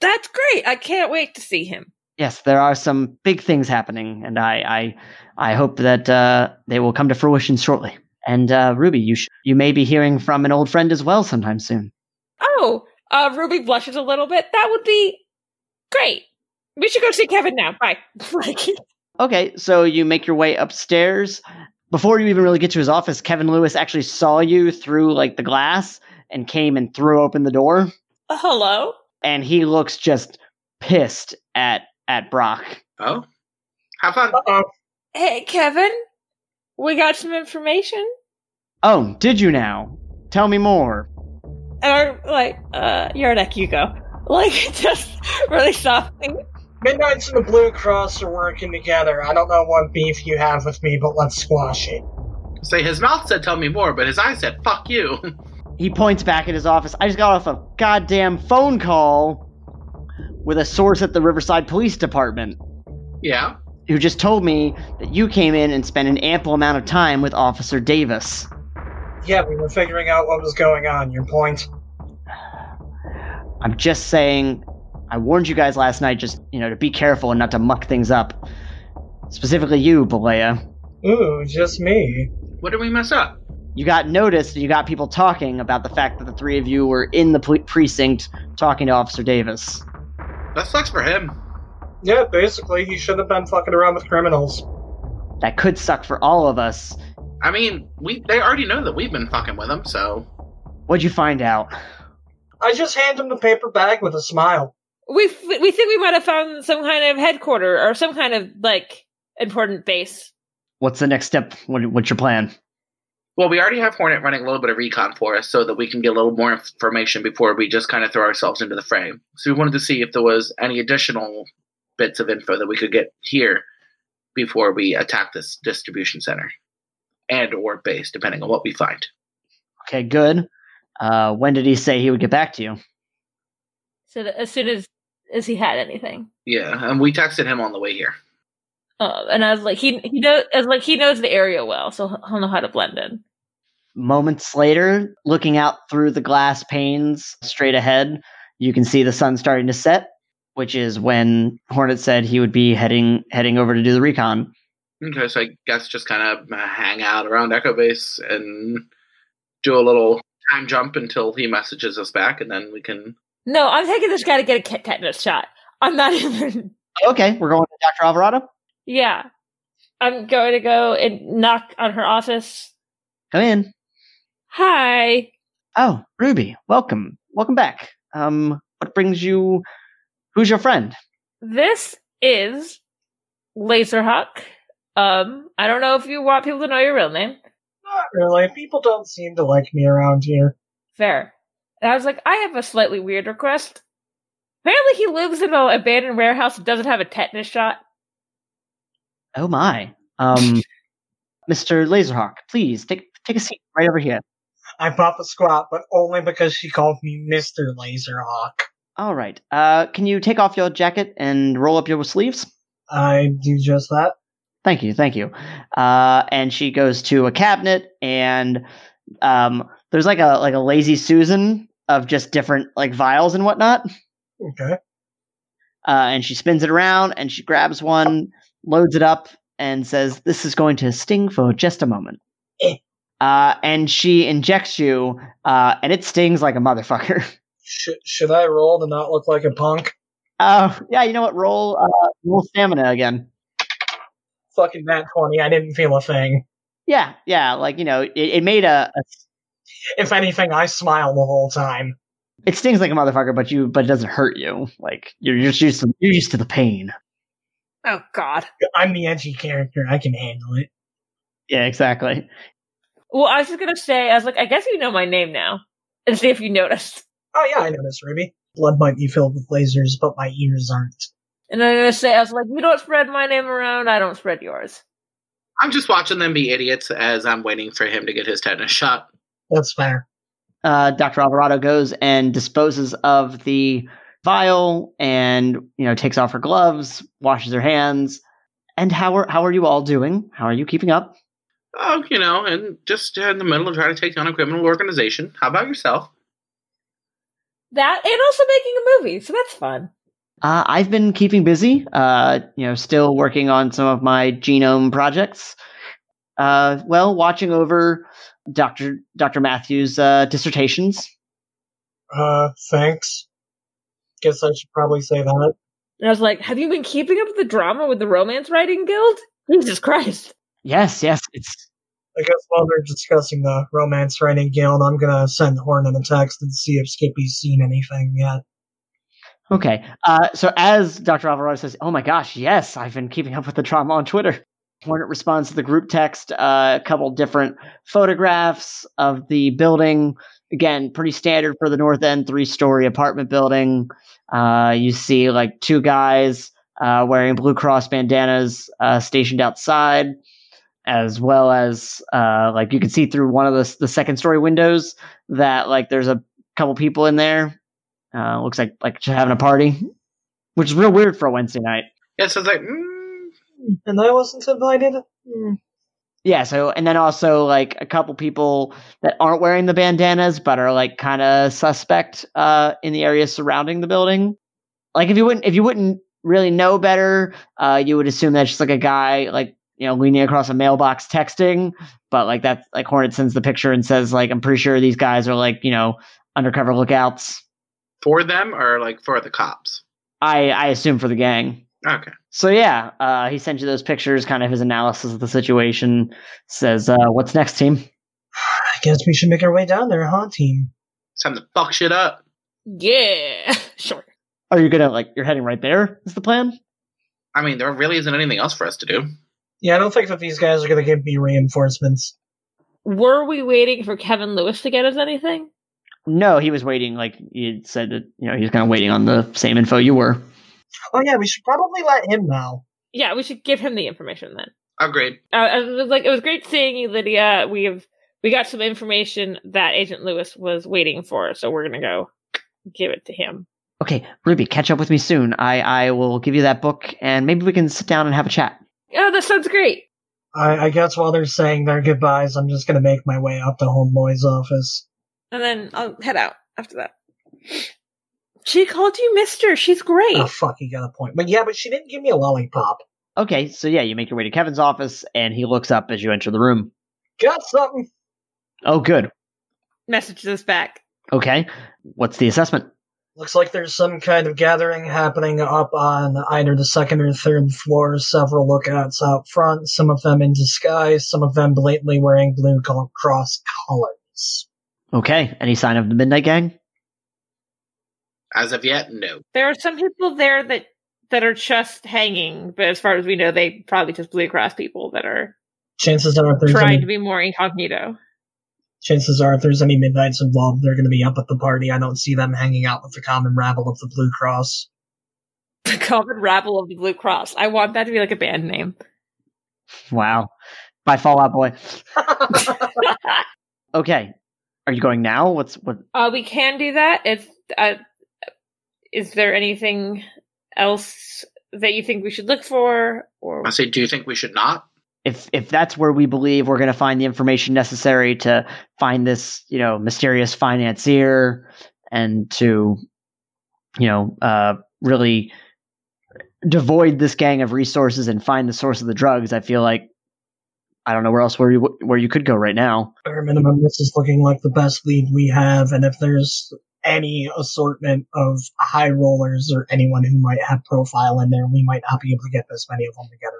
that's great. I can't wait to see him.
Yes, there are some big things happening and I I I hope that uh they will come to fruition shortly. And uh Ruby, you sh- you may be hearing from an old friend as well sometime soon.
Oh, uh, Ruby blushes a little bit. That would be great. We should go see Kevin now. Bye. Like,
Okay, so you make your way upstairs. Before you even really get to his office, Kevin Lewis actually saw you through like the glass and came and threw open the door.
hello?
And he looks just pissed at at Brock.
Oh. Have fun.
Uh-oh.
Hey, Kevin. We got some information.
Oh, did you now? Tell me more.
And I'm like, uh, you're an you go. Like, just really softly.
Midnight's and the Blue Cross are working together. I don't know what beef you have with me, but let's squash it.
Say his mouth said tell me more, but his eyes said fuck you.
He points back at his office. I just got off a goddamn phone call with a source at the Riverside Police Department.
yeah.
who just told me that you came in and spent an ample amount of time with Officer Davis.
Yeah, we were figuring out what was going on, your point.
I'm just saying, I warned you guys last night just, you know, to be careful and not to muck things up. Specifically you, Balea.
Ooh, just me.
What did we mess up?
You got noticed, you got people talking about the fact that the three of you were in the pol- precinct talking to Officer Davis.
That sucks for him.
Yeah, basically, he shouldn't have been fucking around with criminals.
That could suck for all of us.
I mean, we they already know that we've been fucking with him, so
What'd you find out?
I just hand him the paper bag with a smile.
We, f- we think we might have found some kind of headquarter or some kind of, like, important base.
What's the next step? What, what's your plan?
Well, we already have Hornet running a little bit of recon for us so that we can get a little more information before we just kind of throw ourselves into the frame. So we wanted to see if there was any additional bits of info that we could get here before we attack this distribution center and or base, depending on what we find.
Okay, good. Uh, when did he say he would get back to you?
So that as soon as, as he had anything.
Yeah, and we texted him on the way here.
Uh, and I was like, he, he knows, I was like, he knows the area well, so he'll know how to blend in.
Moments later, looking out through the glass panes straight ahead, you can see the sun starting to set, which is when Hornet said he would be heading heading over to do the recon.
Okay, so I guess just kind of hang out around Echo Base and do a little time jump until he messages us back, and then we can.
No, I'm taking this guy to get a cat- tetanus shot. I'm not even.
Okay, we're going to Dr. Alvarado.
Yeah. I'm going to go and knock on her office.
Come in.
Hi.
Oh, Ruby, welcome. Welcome back. Um, what brings you? Who's your friend?
This is Laserhawk. Um, I don't know if you want people to know your real name.
Not really. People don't seem to like me around here.
Fair. And I was like, I have a slightly weird request. Apparently, he lives in an abandoned warehouse that doesn't have a tetanus shot.
Oh my. Um, Mr. Laserhawk, please take take a seat right over here.
I pop a squat, but only because she called me Mr. Laserhawk.
All right. Uh, can you take off your jacket and roll up your sleeves?
I do just that.
Thank you, thank you. Uh, and she goes to a cabinet, and um, there's like a like a lazy Susan of just different like vials and whatnot.
Okay.
Uh, and she spins it around, and she grabs one, loads it up, and says, "This is going to sting for just a moment."
Eh.
Uh, and she injects you, uh, and it stings like a motherfucker.
Should should I roll to not look like a punk?
Uh, yeah, you know what? Roll uh, roll stamina again.
Fucking nat twenty. I didn't feel a thing.
Yeah, yeah, like you know, it, it made a, a
If anything, I smile the whole time.
it stings like a motherfucker, but you but it doesn't hurt you. Like you're you're just used to, you're used to the pain.
Oh, God.
I'm the edgy character. I can handle it.
Yeah, exactly.
Well, I was just going to say, I was like, I guess you know my name now. And see if you noticed.
Oh yeah, I noticed, Ruby. Blood might be filled with lasers, but my ears aren't.
And I'm going to say, I was like, you don't spread my name around, I don't spread yours.
I'm just watching them be idiots as I'm waiting for him to get his tetanus shot.
That's fair.
Uh, Doctor Alvarado goes and disposes of the vial, and you know takes off her gloves, washes her hands. And how are how are you all doing? How are you keeping up?
Oh, you know, and just in the middle of trying to take down a criminal organization. How about yourself?
That, and also making a movie, so that's fun.
Uh, I've been keeping busy. Uh, you know, still working on some of my genome projects. Uh, well, watching over Doctor Doctor Matthews' uh, dissertations.
Uh, thanks. Guess I should probably say that.
And I was like, have you been keeping up with the drama with the Romance Writing Guild? Jesus Christ.
Yes, yes, it's
I guess while they're discussing the romance writing guild, I'm gonna send Hornet a text and see if Skippy's seen anything yet.
okay. Uh, so as Dr. Alvarado says, "Oh my gosh, yes, I've been keeping up with the drama on Twitter." Hornet responds to the group text, uh, a couple different photographs of the building. Again, pretty standard for the North End three-story apartment building. Uh, you see like two guys uh, wearing Blue Cross bandanas uh, stationed outside, as well as uh, like you can see through one of the the second-story windows that like there's a couple people in there uh, looks like like just having a party, which is real weird for a Wednesday night.
Yes, I was like, mm,
And I wasn't invited? Hmm.
Yeah. So and then also like a couple people that aren't wearing the bandanas but are like kind of suspect uh, in the area surrounding the building. Like if you wouldn't if you wouldn't really know better, uh, you would assume that's just like a guy like you know leaning across a mailbox texting. But like that's like Hornet sends the picture and says like I'm pretty sure these guys are like you know undercover lookouts.
for them or like for the cops?
I I assume for the gang.
Okay.
So yeah, uh, he sent you those pictures, kind of his analysis of the situation. Says, uh, "What's next, team?"
I guess we should make our way down there, huh, team?
It's time to fuck shit up.
Yeah. sure.
Are you gonna like? You're heading right there. Is the plan?
I mean, there really isn't anything else for us to do.
Yeah, I don't think that these guys are gonna give me reinforcements.
Were we waiting for Kevin Lewis to get us anything?
No, he was waiting. Like you said that you know he was kind of waiting on the same info you were.
Oh yeah, we should probably let him know.
Yeah, we should give him the information then.
Agreed.
Uh, it was like it was great seeing you, Lydia. We have we got some information that Agent Lewis was waiting for, so we're gonna go give it to him.
Okay, Ruby, catch up with me soon. I I will give you that book, and maybe we can sit down and have a chat.
Oh, that sounds great.
I, I guess while they're saying their goodbyes, I'm just gonna make my way up to Homeboy's office.
And then I'll head out after that. She called you Mister. She's great.
Oh fuck, you got a point. But yeah, but she didn't give me a lollipop.
Okay, so yeah, you make your way to Kevin's office, and he looks up as you enter the room.
Got something.
Oh, good.
Messages us back.
Okay, what's the assessment?
Looks like there's some kind of gathering happening up on either the second or third floor. Several lookouts out front, some of them in disguise, some of them blatantly wearing blue col- cross colors.
Okay. Any sign of the Midnight Gang?
As of yet, no.
There are some people there that that are just hanging, but as far as we know, they probably just blew across people that are
Chances are, if there's
trying to
any,
be more incognito.
chances are, if there's any midnights involved, they're going to be up at the party. I don't see them hanging out with the common rabble of the Blue Cross.
The common rabble of the Blue Cross. I want that to be like a band name.
Wow. By Fallout Boy. Okay. Are you going now? What's what?
Uh, we can do that. If uh, is there anything else that you think we should look for, or
I say, do you think we should not?
If if that's where we believe we're going to find the information necessary to find this, you know, mysterious financier, and to, you know, uh, really devoid this gang of resources and find the source of the drugs, I feel like I don't know where else where you where you could go right now.
Bare minimum, this is looking like the best lead we have, and if there's any assortment of high rollers or anyone who might have profile in there, we might not be able to get this many of them together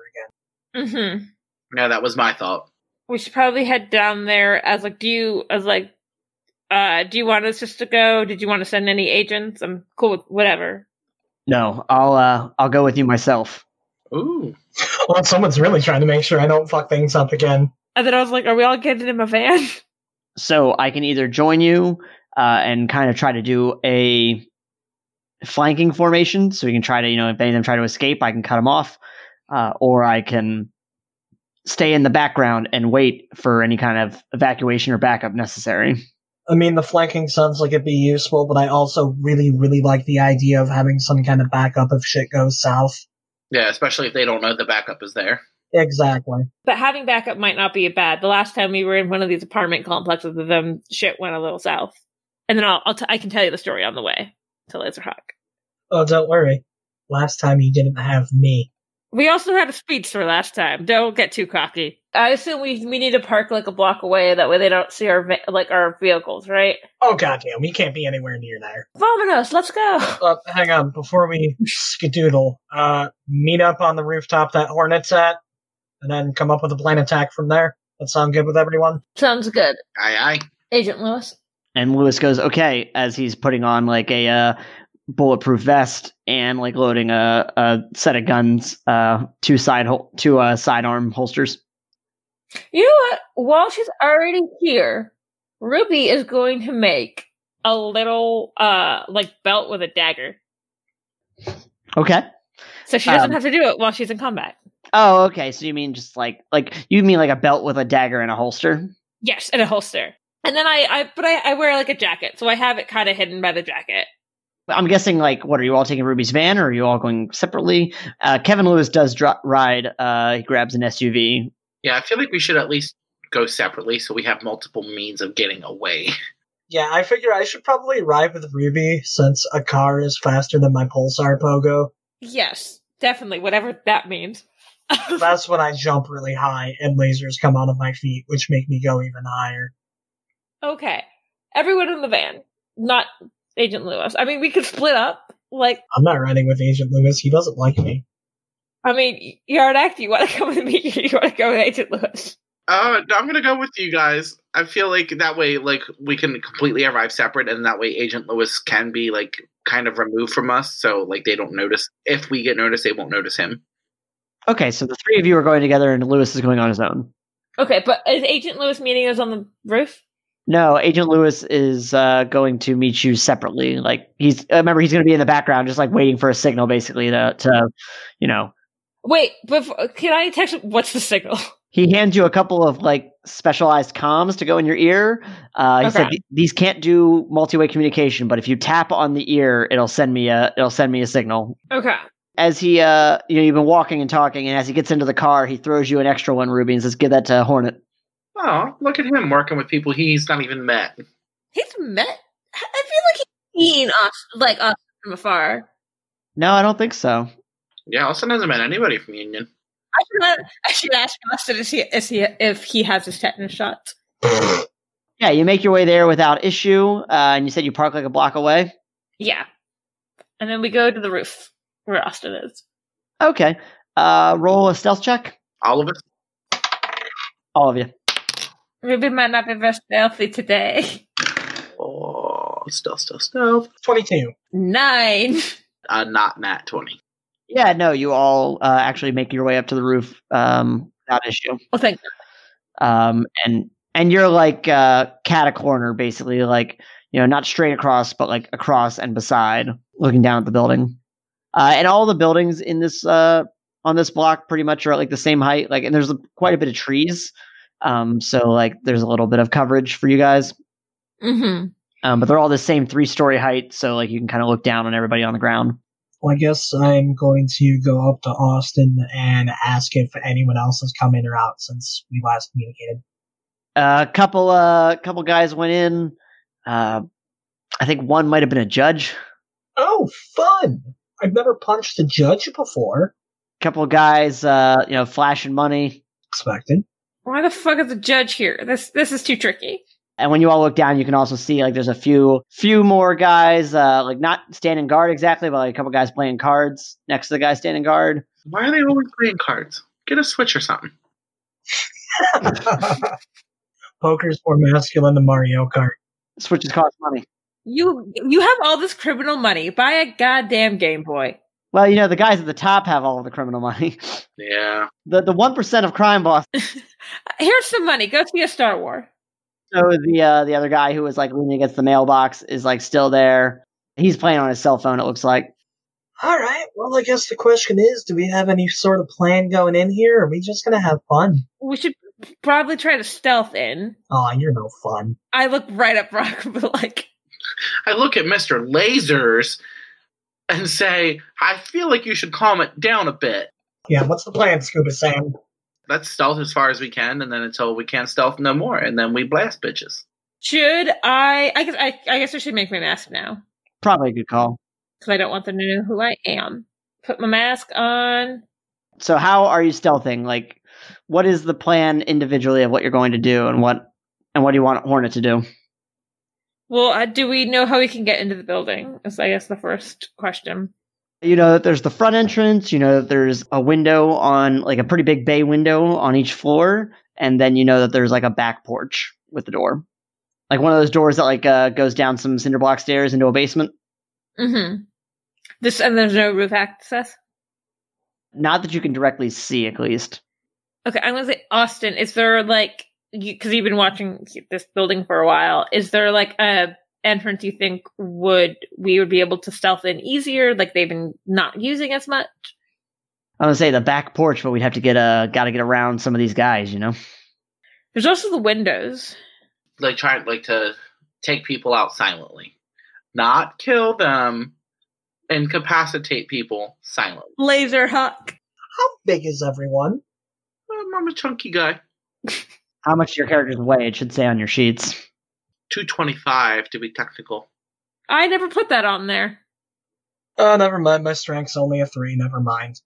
again.
Mhm.
No, that was my thought.
we should probably head down there as like, do you as like, uh, do you want us just to go? Did you want to send any agents? I'm cool with whatever.
No, I'll uh, I'll go with you myself.
Ooh.
Well, someone's really trying to make sure I don't fuck things up again.
And then I was like, are we all getting in my van?
so I can either join you uh, and kind of try to do a flanking formation, so we can try to, you know, if any of them try to escape, I can cut them off, uh, or I can stay in the background and wait for any kind of evacuation or backup necessary.
I mean, the flanking sounds like it'd be useful, but I also really, really like the idea of having some kind of backup if shit goes south.
Yeah, especially if they don't know the backup is there.
Exactly.
But having backup might not be bad. The last time we were in one of these apartment complexes with them, shit went a little south. And then I'll, I'll t- I can tell you the story on the way to Laserhawk.
Oh, don't worry. Last time you didn't have me.
We also had a speedster last time. Don't get too cocky. I assume we we need to park like a block away. That way they don't see our va- like our vehicles, right?
Oh, goddamn, we can't be anywhere near there.
Vominos, let's go.
Uh, hang on, before we skadoodle, uh, meet up on the rooftop that Hornet's at, and then come up with a plan of attack from there. That sound good with everyone?
Sounds good,
Aye, aye.
Agent Lewis.
And Lewis goes, "Okay," as he's putting on like a uh, bulletproof vest and like loading a, a set of guns, uh, two side hol- two uh, sidearm holsters.
You know what? While she's already here, Ruby is going to make a little uh like belt with a dagger,
Okay.
so she doesn't
Um,
have to do it while she's in combat.
Oh, okay. So you mean just like like you mean like a belt with a dagger and a holster?
Yes, and a holster. And then I, I but I, I wear like a jacket, so I have it kind of hidden by the jacket.
I'm guessing like what are you all taking Ruby's van or are you all going separately? Uh, Kevin Lewis does dr- ride. Uh, he grabs an SUV.
Yeah, I feel like we should at least go separately so we have multiple means of getting away.
Yeah, I figure I should probably ride with Ruby since a car is faster than my Pulsar Pogo.
Yes, definitely, whatever that means.
That's when I jump really high and lasers come out of my feet, which make me go even higher.
okay, everyone in the van, not Agent Lewis. I mean, we could split up. Like,
I'm not riding with Agent Lewis. He doesn't like me.
I mean, Yardak, do you want to come with me? You want to go with Agent Lewis?
Uh, I'm gonna go with you guys. I feel like that way, like we can completely arrive separate, and that way Agent Lewis can be like kind of removed from us, so like they don't notice. If we get noticed, they won't notice him.
Okay, so the three of you are going together and Lewis is going on his own.
Okay, but is Agent Lewis meeting us on the roof?
No, Agent Lewis is uh, going to meet you separately. Like he's uh, remember he's going to be in the background, just like waiting for a signal, basically to to you know
Wait, before, can I text? What's the signal?
He hands you a couple of like specialized comms to go in your ear. Uh, he
Okay.
said "Th- these can't do multi-way communication, but if you tap on the ear, it'll send me a it'll send me a signal.
Okay.
As he uh, you know, you've been walking and talking, and as he gets into the car, he throws you an extra one, Ruby, and says, "Give that to Hornet."
Oh, look at him working with people he's not even met.
He's met. I feel like he's seen us, like us from afar.
No, I don't think so.
Yeah, Austin hasn't met anybody from Union.
I should, let- I should ask Austin if he, if he, if he has his tetanus shot.
Yeah, you make your way there without issue, uh, and you said you park like a block away.
Yeah. And then we go to the roof where Austin is.
Okay, uh, roll a stealth check,
All of us.
all of you.
Ruby might not be very stealthy today.
stealth, stealth, stealth.
22.
Nine.
Uh, not nat 20.
Yeah, no, you all uh, actually make your way up to the roof um, without issue.
Well, thank
um, and and you're like uh, cat a corner basically, like you know, not straight across, but like across and beside, looking down at the building. Uh, and all the buildings in this uh, on this block pretty much are at like the same height. Like, and there's quite a bit of trees, um, so like there's a little bit of coverage for you guys.
Mm-hmm.
Um, but they're all the same three story height, so like you can kind of look down on everybody on the ground.
Well, I guess I'm going to go up to Austin and ask if anyone else has come in or out since we last communicated.
a couple uh couple guys went in uh i think one might have been a judge
Oh, fun! I've never punched a judge before.
couple guys uh you know flashing money
Expected.
Why the fuck is the judge here? This this is too tricky.
and when you all look down you can also see like there's a few few more guys uh like not standing guard exactly but like a couple guys playing cards next to the guy standing guard
Why are they always playing cards? Get a switch or something.
Poker's more masculine than Mario Kart.
switches cost money
You you have all this criminal money. Buy a goddamn Game Boy.
well you know the guys at the top have all the criminal money
Yeah.
the the one percent of crime boss
Here's some money. Go see a Star Wars.
so the uh the other guy who was like leaning against the mailbox is like still there he's playing on his cell phone it looks like
All right. Well, I guess the question is, do we have any sort of plan going in here? Or are we just gonna have fun?
We should probably try to stealth in.
Aw, you're no fun.
I look right up Rock, but like
I look at Mr. Lasers and say, I feel like you should calm it down a bit.
Yeah. What's the plan, Scuba Sam?
Let's stealth as far as we can, and then until we can't stealth no more, and then we blast bitches.
Should I? I guess I, I guess I should make my mask now
Probably a good call.
because I don't want them to know who I am. Put my mask on.
So how are you stealthing? Like what is the plan individually of what you're going to do and what and what do you want Hornet to do?
Well, uh, do we know how we can get into the building? Is I guess the first question.
You know that there's the front entrance, you know that there's a window on like a pretty big bay window on each floor, and then you know that there's like a back porch with the door. Like one of those doors that like uh, goes down some cinder block stairs into a basement.
Mm-hmm. This and there's no roof access.
Not that you can directly see at least.
Okay, I'm gonna say Austin. Is there like because you've been watching this building for a while? Is there like a entrance you think would we would be able to stealth in easier? Like they've been not using as much.
I would say the back porch, but we'd have to get uh gotta get around some of these guys, you know?
There's also the windows.
Like trying like to take people out silently. Not kill them. Incapacitate people silently.
Laser Hawk.
How big is everyone?
Um, I'm a chunky guy.
How much your characters weigh, it should say on your sheets.
225 to be technical.
I never put that on there.
Oh, never mind. My strength's only a three. Never mind.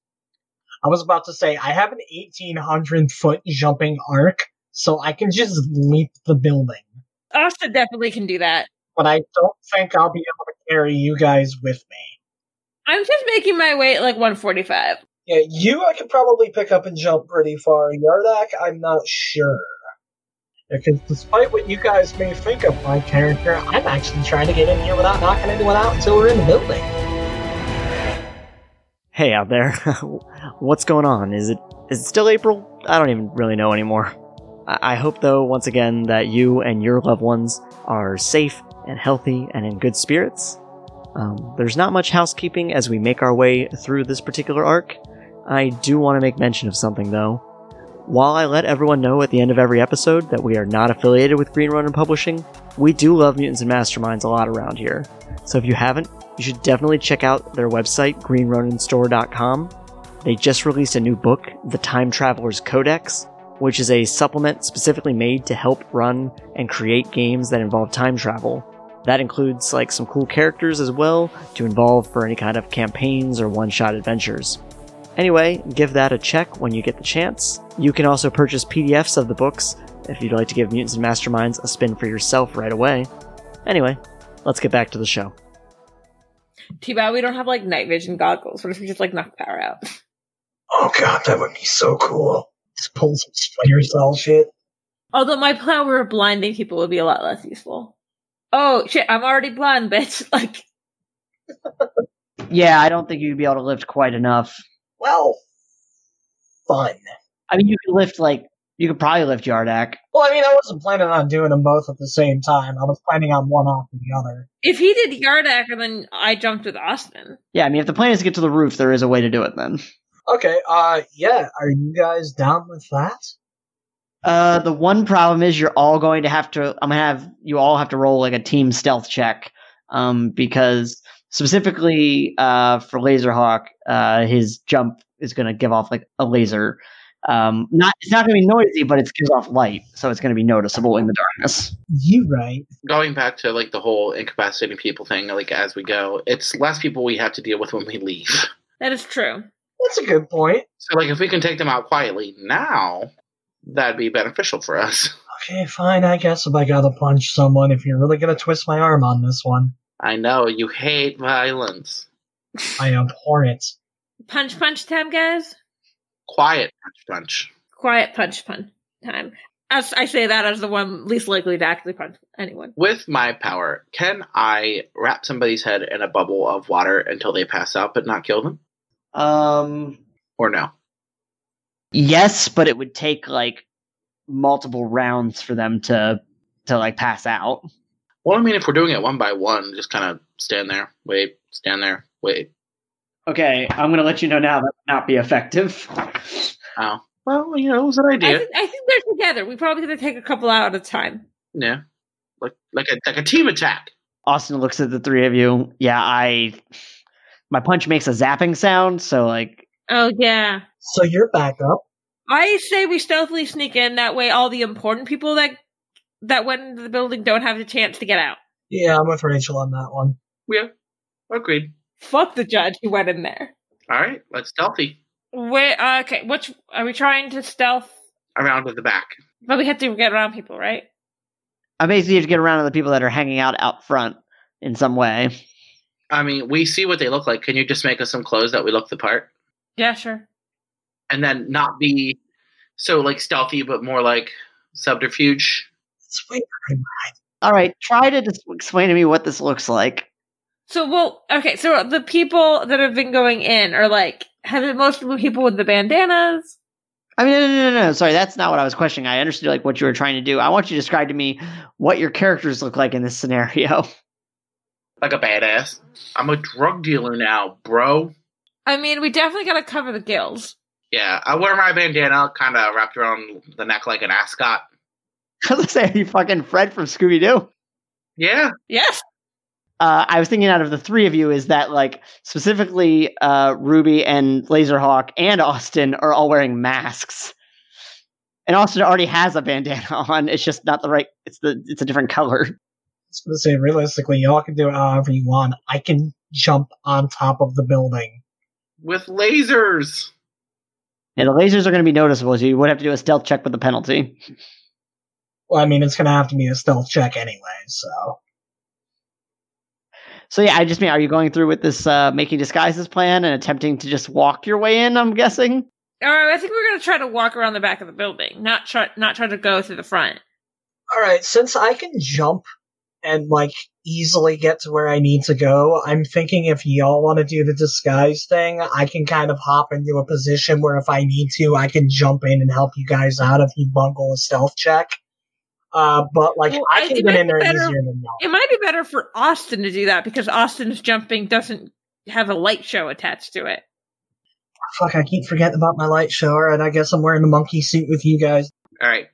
I was about to say I have an eighteen hundred foot jumping arc, so I can just leap the building.
Austin definitely can do that.
But I don't think I'll be able to carry you guys with me.
I'm just making my way at like 145.
Yeah, you I could probably pick up and jump pretty far. Yardak, I'm not sure. Because despite what you guys may think of my character, I'm actually trying to get in here without knocking anyone out until we're in the building.
Hey out there, what's going on? Is it is it still April? I don't even really know anymore. I, I hope though once again that you and your loved ones are safe and healthy and in good spirits. Um, there's not much housekeeping as we make our way through this particular arc. I do want to make mention of something though. While I let everyone know at the end of every episode that we are not affiliated with Green Run and Publishing, we do love mutants and masterminds a lot around here. So if you haven't, you should definitely check out their website, greenroninstore.com. They just released a new book, The Time Traveler's Codex, which is a supplement specifically made to help run and create games that involve time travel. That includes like some cool characters as well to involve for any kind of campaigns or one-shot adventures. Anyway, give that a check when you get the chance. You can also purchase PDFs of the books if you'd like to give Mutants and Masterminds a spin for yourself right away. Anyway, let's get back to the show.
Too bad we don't have like night vision goggles. What if we just like knock power out?
Oh god, that would be so cool. Just pull some spider cell shit.
Although my power of blinding people would be a lot less useful. oh shit, I'm already blind, bitch. Like,
Yeah, I don't think you'd be able to lift quite enough.
Well, fun.
I mean, you could lift like you could probably lift Yardak.
Well, I mean, I wasn't planning on doing them both at the same time. I was planning on one after the other.
if he did Yardak and then I jumped with Austin,
Yeah, I mean, if the plan is to get to the roof, there is a way to do it then.
Okay, uh, yeah, are you guys down with that?
Uh, the one problem is you're all going to have to. I'm gonna have you all have to roll like a team stealth check, um, because specifically uh, for Laserhawk, uh, his jump is gonna give off like a laser. Um, not it's not gonna be noisy, but it gives off light, so it's gonna be noticeable in the darkness.
You right.
Going back to like the whole incapacitating people thing, like as we go, it's less people we have to deal with when we leave.
that is true.
That's a good point.
So like if we can take them out quietly now, that'd be beneficial for us.
Okay, fine, I guess if I gotta punch someone, if you're really gonna twist my arm on this one,
I know you hate violence.
I abhor it.
Punch punch time, guys.
Quiet punch punch.
Quiet punch punch time. As I say that as the one least likely to actually punch anyone.
With my power, can I wrap somebody's head in a bubble of water until they pass out but not kill them?
Um,
Or no?
yes, but it would take like multiple rounds for them to to like pass out.
Well, I mean, if we're doing it one by one, just kind of stand there, wait, stand there, wait.
Okay, I'm gonna let you know now that would not be effective.
Oh, well, you know, it was an
I
idea.
think, I think they're together. We probably gonna take a couple out at a time.
yeah, like like a like a team attack.
Austin looks at the three of you. Yeah, I my punch makes a zapping sound, so like
Oh yeah.
So you're back up.
I say we stealthily sneak in. That way, all the important people that that went into the building don't have the chance to get out.
Yeah, I'm with Rachel on that one.
Yeah, agreed.
Fuck the judge who went in there.
All right, let's stealthy
Wait, uh, okay. Which are we trying to stealth?
around to the back.
But we have to get around people, right?
I basically have to get around to the people that are hanging out out front in some way.
I mean, we see what they look like. Can you just make us some clothes that we look the part,
Yeah, sure.
and then not be so like stealthy, but more like subterfuge?
It's weird.
All right, try to just explain to me what this looks like.
So, well, okay. So the people that have been going in are like, have it most of the people with the bandanas?
I mean, no, no, no, no. Sorry, that's not what I was questioning. I understood like what you were trying to do. I want you to describe to me what your characters look like in this scenario.
like a badass. I'm a drug dealer now, bro.
I mean, we definitely got to cover the gills.
Yeah, I wear my bandana kind of wrapped around the neck like an ascot.
I was gonna say, are you fucking Fred from Scooby Doo?
Yeah,
Yes.
uh, I was thinking out of the three of you is that like specifically uh, Ruby and Laserhawk and Austin are all wearing masks, and Austin already has a bandana on. It's just not the right. It's the it's a different color.
I was gonna say, realistically, y'all can do it however you want. I can jump on top of the building.
with lasers.
And the lasers are going to be noticeable. So you would have to do a stealth check with a penalty.
Well, I mean, it's gonna have to be a stealth check anyway, so.
So yeah, I just mean, are you going through with this uh, making disguises plan and attempting to just walk your way in? I'm guessing.
All right. I think we're gonna try to walk around the back of the building, not try not try to go through the front.
Alright, since I can jump and, like, easily get to where I need to go, I'm thinking if y'all want to do the disguise thing, I can kind of hop into a position where if I need to, I can jump in and help you guys out if you bungle a stealth check. Uh, but, like,
Well,
I
I
can
think
get
it's
in there
better-
easier than y'all.
It might be better for Austin to do that because Austin's jumping doesn't have a light show attached to it.
Fuck, I keep forgetting about my light show. Alright, I guess I'm wearing the monkey suit with you guys.
All right,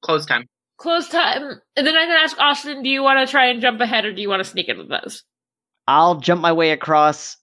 close time.
Close time, and then I can ask Austin: Do you want to try and jump ahead, or do you want to sneak in with us?
I'll jump my way across,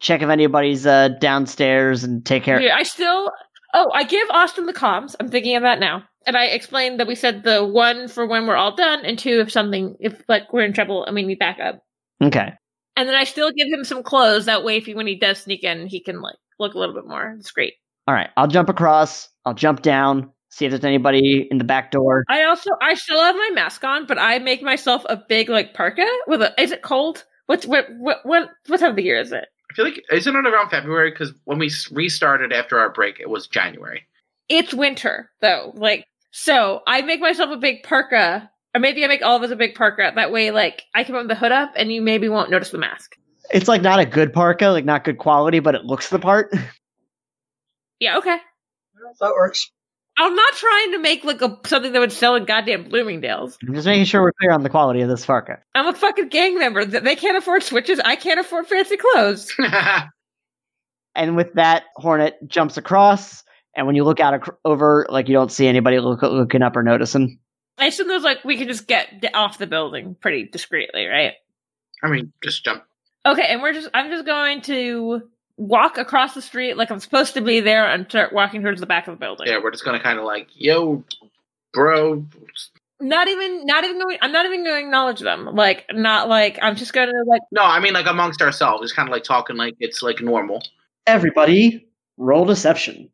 check if anybody's uh, downstairs, and take care.
Here, I still. Oh, I give Austin the comms. I'm thinking of that now, and I explained that we said the one for when we're all done, and two if something if like we're in trouble and we need backup.
Okay.
And then I still give him some clothes. That way, if he, when he does sneak in, he can like look a little bit more discreet.
All right, I'll jump across. I'll jump down. See if there's anybody in the back door.
I also I still have my mask on, but I make myself a big like parka with a. Is it cold? What's what what what what time of the year is it?
I feel like isn't it around February? Because when we s- restarted after our break, it was January.
it's winter though like so i make myself a big parka Or maybe I make all of us a big park rat. That way, like, I can put the hood up and you maybe won't notice the mask.
It's like not a good parka, like not good quality, but it looks the part.
Yeah, okay.
That works.
I'm not trying to make, like, a, something that would sell in goddamn Bloomingdale's.
I'm just making sure we're clear on the quality of this parka.
I'm a fucking gang member. Th- They can't afford switches. I can't afford fancy clothes.
And with that, Hornet jumps across, and when you look out ac- over, like you don't see anybody look- looking up or noticing.
I assume there's, like, we can just get d- off the building pretty discreetly, right?
I mean, just jump.
Okay, and we're just I'm just going to walk across the street like I'm supposed to be there and start walking towards the back of the building.
Yeah, we're just gonna kind of like, yo, bro.
Not even not even going I'm not even going to acknowledge them. Like not like I'm just going to like
No, I mean like amongst ourselves, just kind of like talking like it's like normal.
Everybody, roll deception.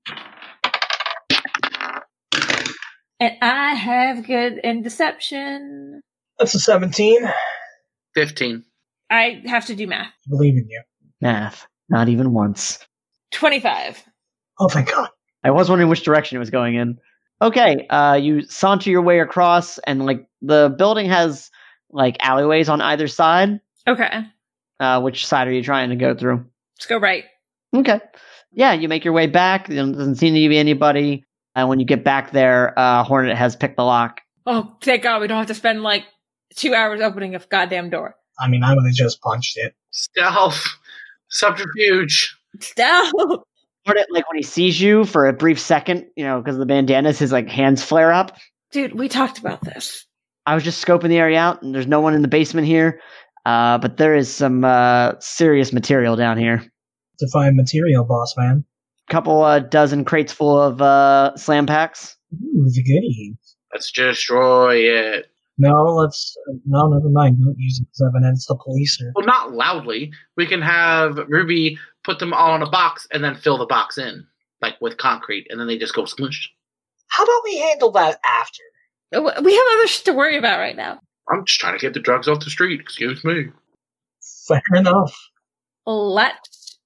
and I have good in deception.
That's a 17. I
Fifteen.
I have to do math.
believe in you.
Math, not even once.
25.
Oh, thank God.
I was wondering which direction it was going in. Okay, uh, you saunter your way across, and like the building has like alleyways on either side.
Okay.
Uh, which side are you trying to go through?
Let's go right.
Okay. Yeah, you make your way back. There doesn't seem to be anybody. And when you get back there, uh, Hornet has picked the lock.
Oh, thank God we don't have to spend like 2 hours opening a goddamn door.
I mean, I would have just punched it.
Stealth, subterfuge.
Stop.
Hornet, like when he sees you for a brief second, you know, because of the bandanas, his like hands flare up.
Dude, we talked about this.
I was just scoping the area out, and there's no one in the basement here. Uh, but there is some uh, serious material down here.
Define material, boss man.
couple uh, dozen crates full of uh, slam packs.
Ooh, the goodie.
Let's destroy it.
No, let's. No, never mind. Don't use it as evidence. The police are.
Well, not loudly. We can have Ruby put them all in a box and then fill the box in like with concrete, and then they just go smush.
How about we handle that after?
We have other shit to worry about right now.
I'm just trying to get the drugs off the street. Excuse me.
Fair enough.
let's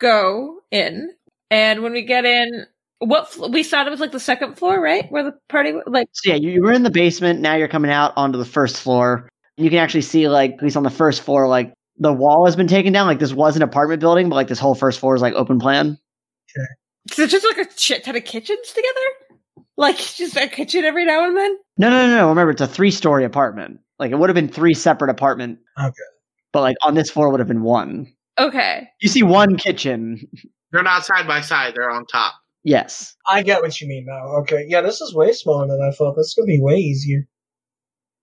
go in. And when we get in, what fl- we thought it was like the second floor, right? Where the party, w- like,
So yeah, you, you were in the basement. Now you're coming out onto the first floor. You can actually see, like, at least on the first floor, like the wall has been taken down. Like this was an apartment building, but like this whole first floor is like open plan.
so it's just like a shit ton of kitchens together. Like it's just a kitchen every now and then.
No, no, no, no. Remember, it's a three-story apartment. Like it would have been three separate apartment.
Okay.
But like on this floor would have been one.
Okay,
You see one kitchen.
They're not side by side. They're on top.
Yes.
I get what you mean now. Okay. Yeah, this is way smaller than I thought. This is going to be way easier.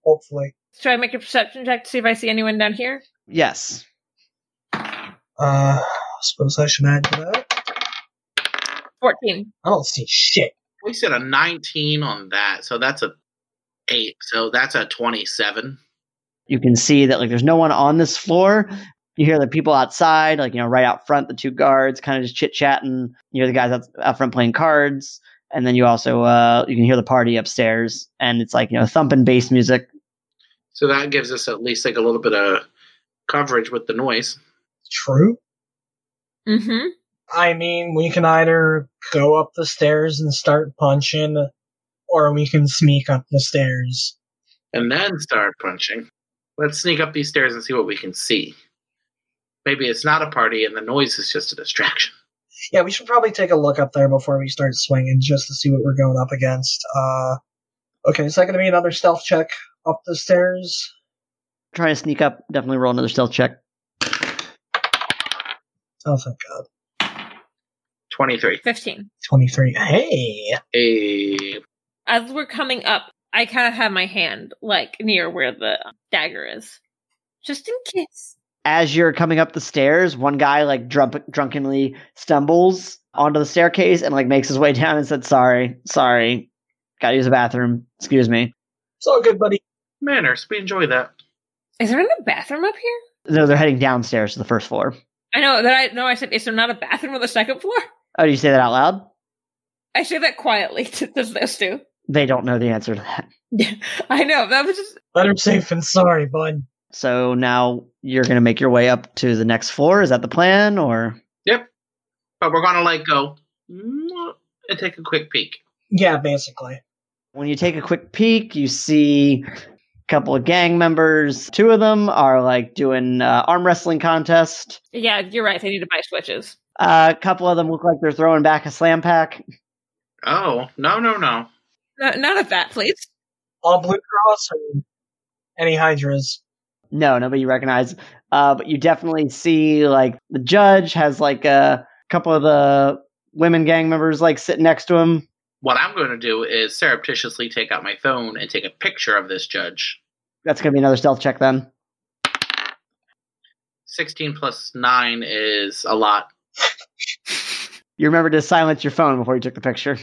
Hopefully.
let's try and make a perception check to see if I see anyone down here.
Yes.
Uh, suppose I should add to that.
Fourteen.
I don't see shit.
We said a 19 on that, so that's a eight. So that's a 27.
you can see that like there's no one on this floor. You hear the people outside, like you know, right out front, the two guards kind of just chit chatting. You hear the guys out, out front playing cards, and then you also uh, you can hear the party upstairs, and it's like you know thumping bass music.
So that gives us at least like a little bit of coverage with the noise.
True.
Mm-hmm.
I mean, we can either go up the stairs and start punching, or we can sneak up the stairs.
and then start punching. Let's sneak up these stairs and see what we can see. Maybe it's not a party and the noise is just a distraction.
Yeah, we should probably take a look up there before we start swinging just to see what we're going up against. Uh, okay, is that going to be another stealth check up the stairs?
Trying to sneak up, definitely roll another stealth check.
Oh, thank God.
23.
Fifteen.
23. Hey!
A
As we're coming up, I kind of have my hand like near where the dagger is, just in case.
As you're coming up the stairs, one guy like drunk- drunkenly stumbles onto the staircase and like makes his way down and said, "Sorry, sorry, gotta use the bathroom. Excuse me."
It's all good, buddy.
manners. We enjoy that.
Is there a bathroom up here?
No, they're heading downstairs to the first floor.
I know that I know. I said, is there not a bathroom on the second floor?
Oh, did you say that out loud?
I say that quietly to those, those two.
They don't know the answer to that.
I know that was just
Better safe than sorry, bud.
So now you're going to make your way up to the next floor. Is that the plan? Or
But we're gonna like go "Mm," and take a quick peek.
Yeah, basically.
when you take a quick peek, you see couple of gang members. Two of them are like doing uh, arm wrestling contest.
Yeah, you're right. They need to buy switches.
A couple of them look like they're throwing back a slam pack.
Oh, no, no, no.
No, none of that, please.
All Blue Cross or any Hydras?
No, nobody you recognize. Uh, but you definitely see like the judge has like a couple of the women gang members like sitting next to him.
What I'm going to do is surreptitiously take out my phone and take a picture of this judge.
That's gonna be another stealth check then.
16 plus 9 is a lot.
You remember to silence your phone before you took the picture.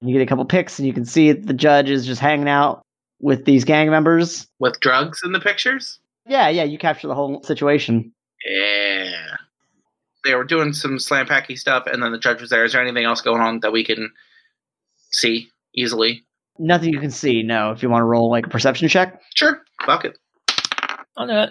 You get a couple pics, and you can see the judge is just hanging out with these gang members.
With drugs in the pictures?
Yeah, yeah, you capture the whole situation.
Yeah. They were doing some slam packy stuff, and then the judge was there. Is there anything else going on that we can see easily?
Nothing you can see. No, if you want to roll like a perception check,
Sure. Fuck it.
I'll do it.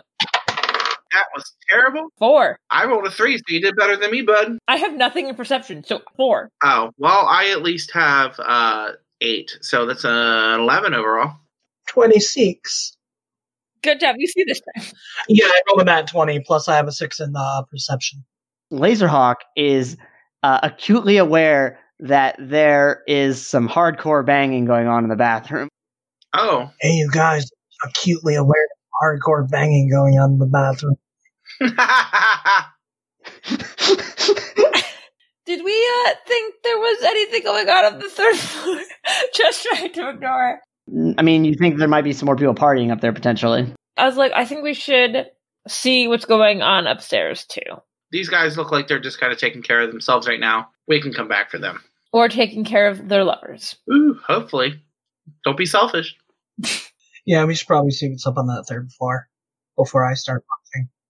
That was terrible.
Four.
I rolled a 3, so you did better than me, bud.
I have nothing in perception, so four.
Oh, well, I at least have uh, 8, so that's an 11 overall.
26.
Good job. You see this time.
Yeah, I rolled a nat 20, plus I have a 6 in uh, perception.
Laserhawk is uh, acutely aware that there is some hardcore banging going on in the bathroom.
Oh,
Hey, you guys, acutely aware of hardcore banging going on in the bathroom.
Did we uh, think there was anything going on on the third floor? Just trying to ignore.
I mean, you think there might be some more people partying up there potentially.
I was like, I think we should see what's going on upstairs too,
These guys look like they're just kind of taking care of themselves right now. We can come back for them.
or taking care of their lovers.
Ooh, hopefully. Don't be selfish.
Yeah, we should probably see what's up on that third floor before I start.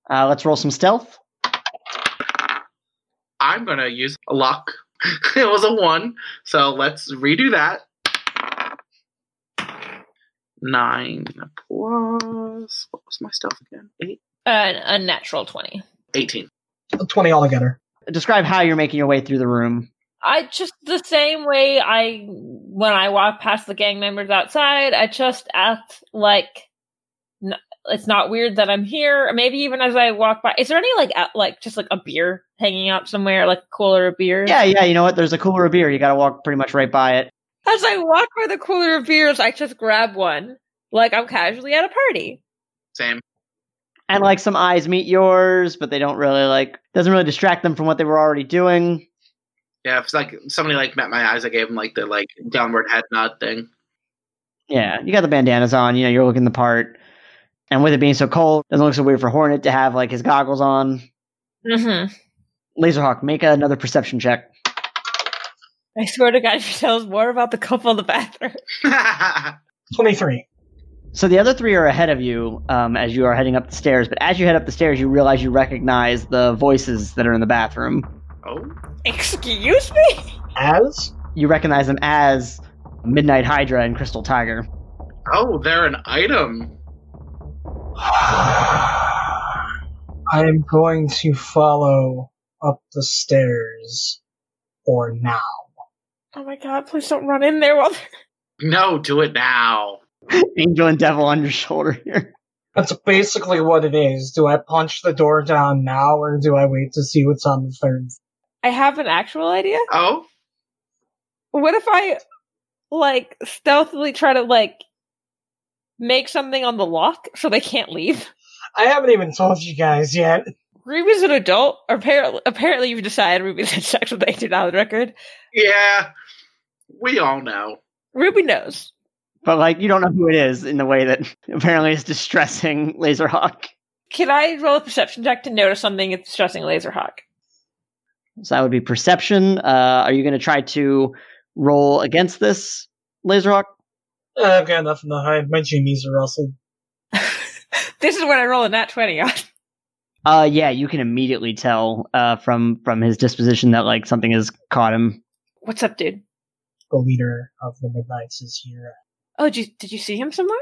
Uh, let's roll some stealth.
I'm going to use a luck. it was a one, so let's redo that. Nine plus. What was my stuff again? Eight?
An unnatural Uh, twenty.
18.
20 altogether.
Describe how you're making your way through the room.
I just the same way I when I walk past the gang members outside, I just act like n- it's not weird that I'm here. Or Maybe even as I walk by, is there any like out, like just like a beer hanging out somewhere, like a cooler of beers?
Yeah, yeah, you know what? There's a cooler of beer. You got to walk pretty much right by it.
As I walk by the cooler of beers, I just grab one, like I'm casually at a party.
Same.
And like some eyes meet yours, but they don't really like, doesn't really distract them from what they were already doing.
Yeah, if it's like somebody like met my eyes, I gave them like the like downward head nod thing.
Yeah, you got the bandanas on, you know, you're looking the part. And with it being so cold, doesn't look so weird for Hornet to have like his goggles on.
Mm-hmm.
Laserhawk, make another perception check.
I swear to God, she tells more about the couple in the bathroom.
Oh.
23.
So the other three are ahead of you um, as you are heading up the stairs. But as you head up the stairs, you realize you recognize the voices that are in the bathroom.
oh,
Excuse me.
As?
You recognize them as Midnight Hydra and Crystal Tiger.
oh, they're an item.
I am going to follow up the stairs for now.
Oh my God! Please don't run in there while they're
No, do it now.
Angel and devil on your shoulder here.
That's basically what it is. Do I punch the door down now or do I wait to see what's on the third?
I have an actual idea.
Oh,
What if I like stealthily try to like make something on the lock so they can't leave?
I haven't even told you guys yet.
Ruby's an adult. Apparently, apparently you've decided Ruby's had sex with 18 on the record.
yeah. We all know.
Ruby knows.
But like you don't know who it is in the way that apparently is distressing Laserhawk.
Can I roll a perception check to notice something that's stressing Laserhawk?
So that would be perception. Uh, are you going to try to roll against this Laserhawk?
I've got nothing to hide. My genies are rustled.
this is what I roll a nat 20 on.
Uh, yeah, you can immediately tell uh, from from his disposition that like something has caught him.
What's up, dude?
The leader of the Midnights is here.
Oh, did you, did you see him somewhere?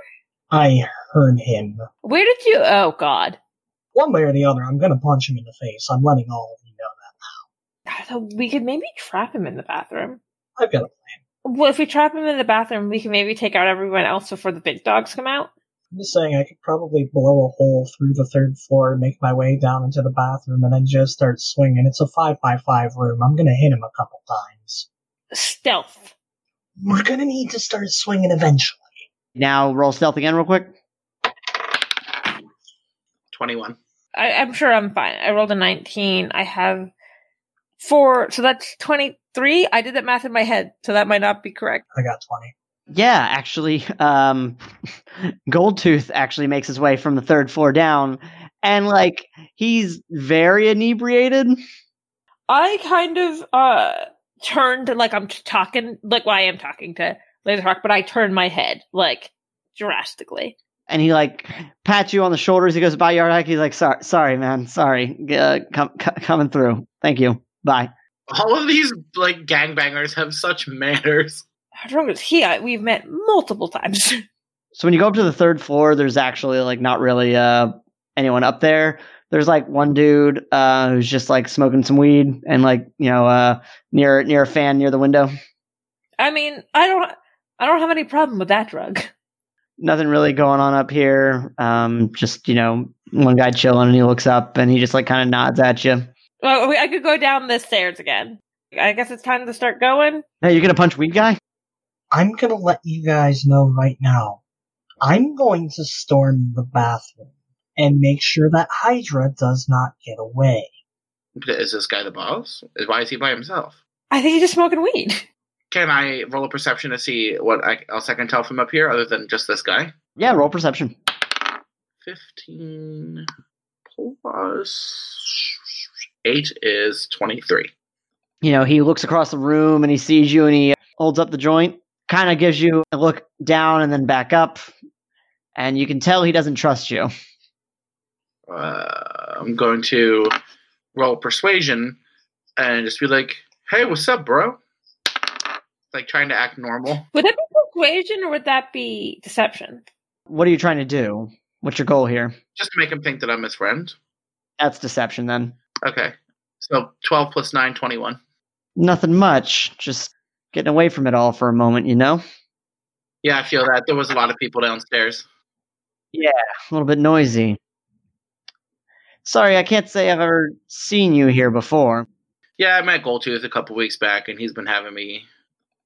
I heard him.
Where did you? Oh, God.
One way or the other, I'm gonna punch him in the face. I'm letting all of you know
I thought We could maybe trap him in the bathroom.
that. I've got a
Well, if we trap him in the bathroom, we can maybe take out everyone else before the big dogs come out.
I'm just saying I could probably blow a hole through the third floor and make my way down into the bathroom and then just start swinging. It's a five by five room. I'm gonna hit him a couple times.
Stealth.
We're gonna need to start swinging eventually.
Now roll stealth again, real quick.
21.
I, I'm sure I'm fine. I rolled a 19. I have four, so that's 23. I did that math in my head, so that might not be correct.
I got twenty.
Yeah, actually, um, Goldtooth actually makes his way from the third floor down, and like he's very inebriated.
I kind of uh turned like I'm t- talking, like well, I am talking to Laser Hawk, but I turned my head like drastically.
and he like pats you on the shoulders. He goes, "Bye, Yardak." He's like, "Sorry, sorry, man, sorry. Uh, come, c- coming through. Thank you. Bye."
All of these like gangbangers have such manners.
How drunk is he? I, we've met multiple times.
So when you go up to the third floor, there's actually like not really uh anyone up there. There's like one dude uh who's just like smoking some weed and like you know uh near near a fan near the window.
I mean, I don't, I don't have any problem with that drug.
Nothing really going on up here. Um, just you know one guy chilling and he looks up and he just like kind of nods at you.
Well, we- I could go down the stairs again. I guess it's time to start going.
Hey, you're gonna punch weed guy?
I'm gonna let you guys know right now. I'm going to storm the bathroom and make sure that Hydra does not get away.
Is this guy the boss? Why is he by himself?
I think he's just smoking weed.
Can I roll a perception to see what I, else I can tell from up here other than just this guy?
Yeah, roll perception.
15 plus 8 is 23.
you know, he looks across the room and he sees you and he holds up the joint, kind of gives you a look down and then back up. And you can tell he doesn't trust you.
Uh, I'm going to roll persuasion and just be like, hey, what's up, bro? Like trying to act normal.
Would that be persuasion or would that be deception?
What are you trying to do? What's your goal here?
Just to make him think that I'm his friend.
That's deception then.
Okay. So 12 plus 9, 21.
Nothing much. Just getting away from it all for a moment, you know?
Yeah, I feel that. There was a lot of people downstairs.
A little bit noisy. Sorry, I can't say I've ever seen you here before.
Yeah, I met Goldtooth a couple weeks back, and he's been having me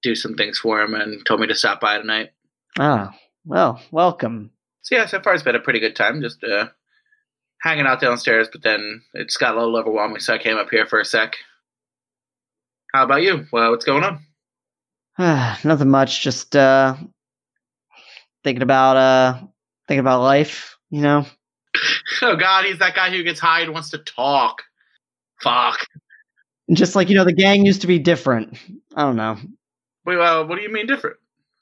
do some things for him and told me to stop by tonight.
Ah, well, welcome.
So yeah, so far it's been a pretty good time, just uh, hanging out downstairs. But then it's got a little overwhelming, so I came up here for a sec. How about you? Well, what's going on?
Nothing much. Just uh, thinking about uh, thinking about life, you know?
Oh God, he's that guy who gets high and wants to talk. Fuck.
And just like you know the gang used to be different i don't know
Wait, well, what do you mean different?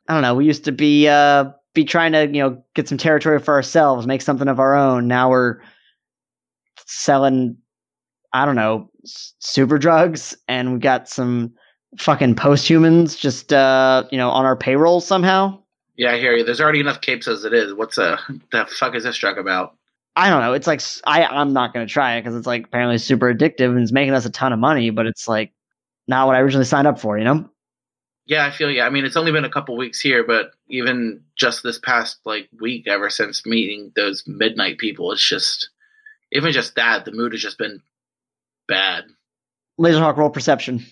i don't know we used to be uh be trying to you know get some territory for ourselves make something of our own now we're selling i don't know s- super drugs and we got some fucking post humans just uh you know on our payroll somehow
Yeah, I hear you. There's already enough capes as it is. What's uh, the fuck is this drug about?
i don't know it's like s- i i'm not gonna try it because it's like apparently super addictive and it's making us a ton of money but it's like not what i originally signed up for you know
Yeah, I feel you. I mean, it's only been a couple weeks here, but even just this past like week, ever since meeting those midnight people, it's just even just that the mood has just been bad.
laserhawk roll perception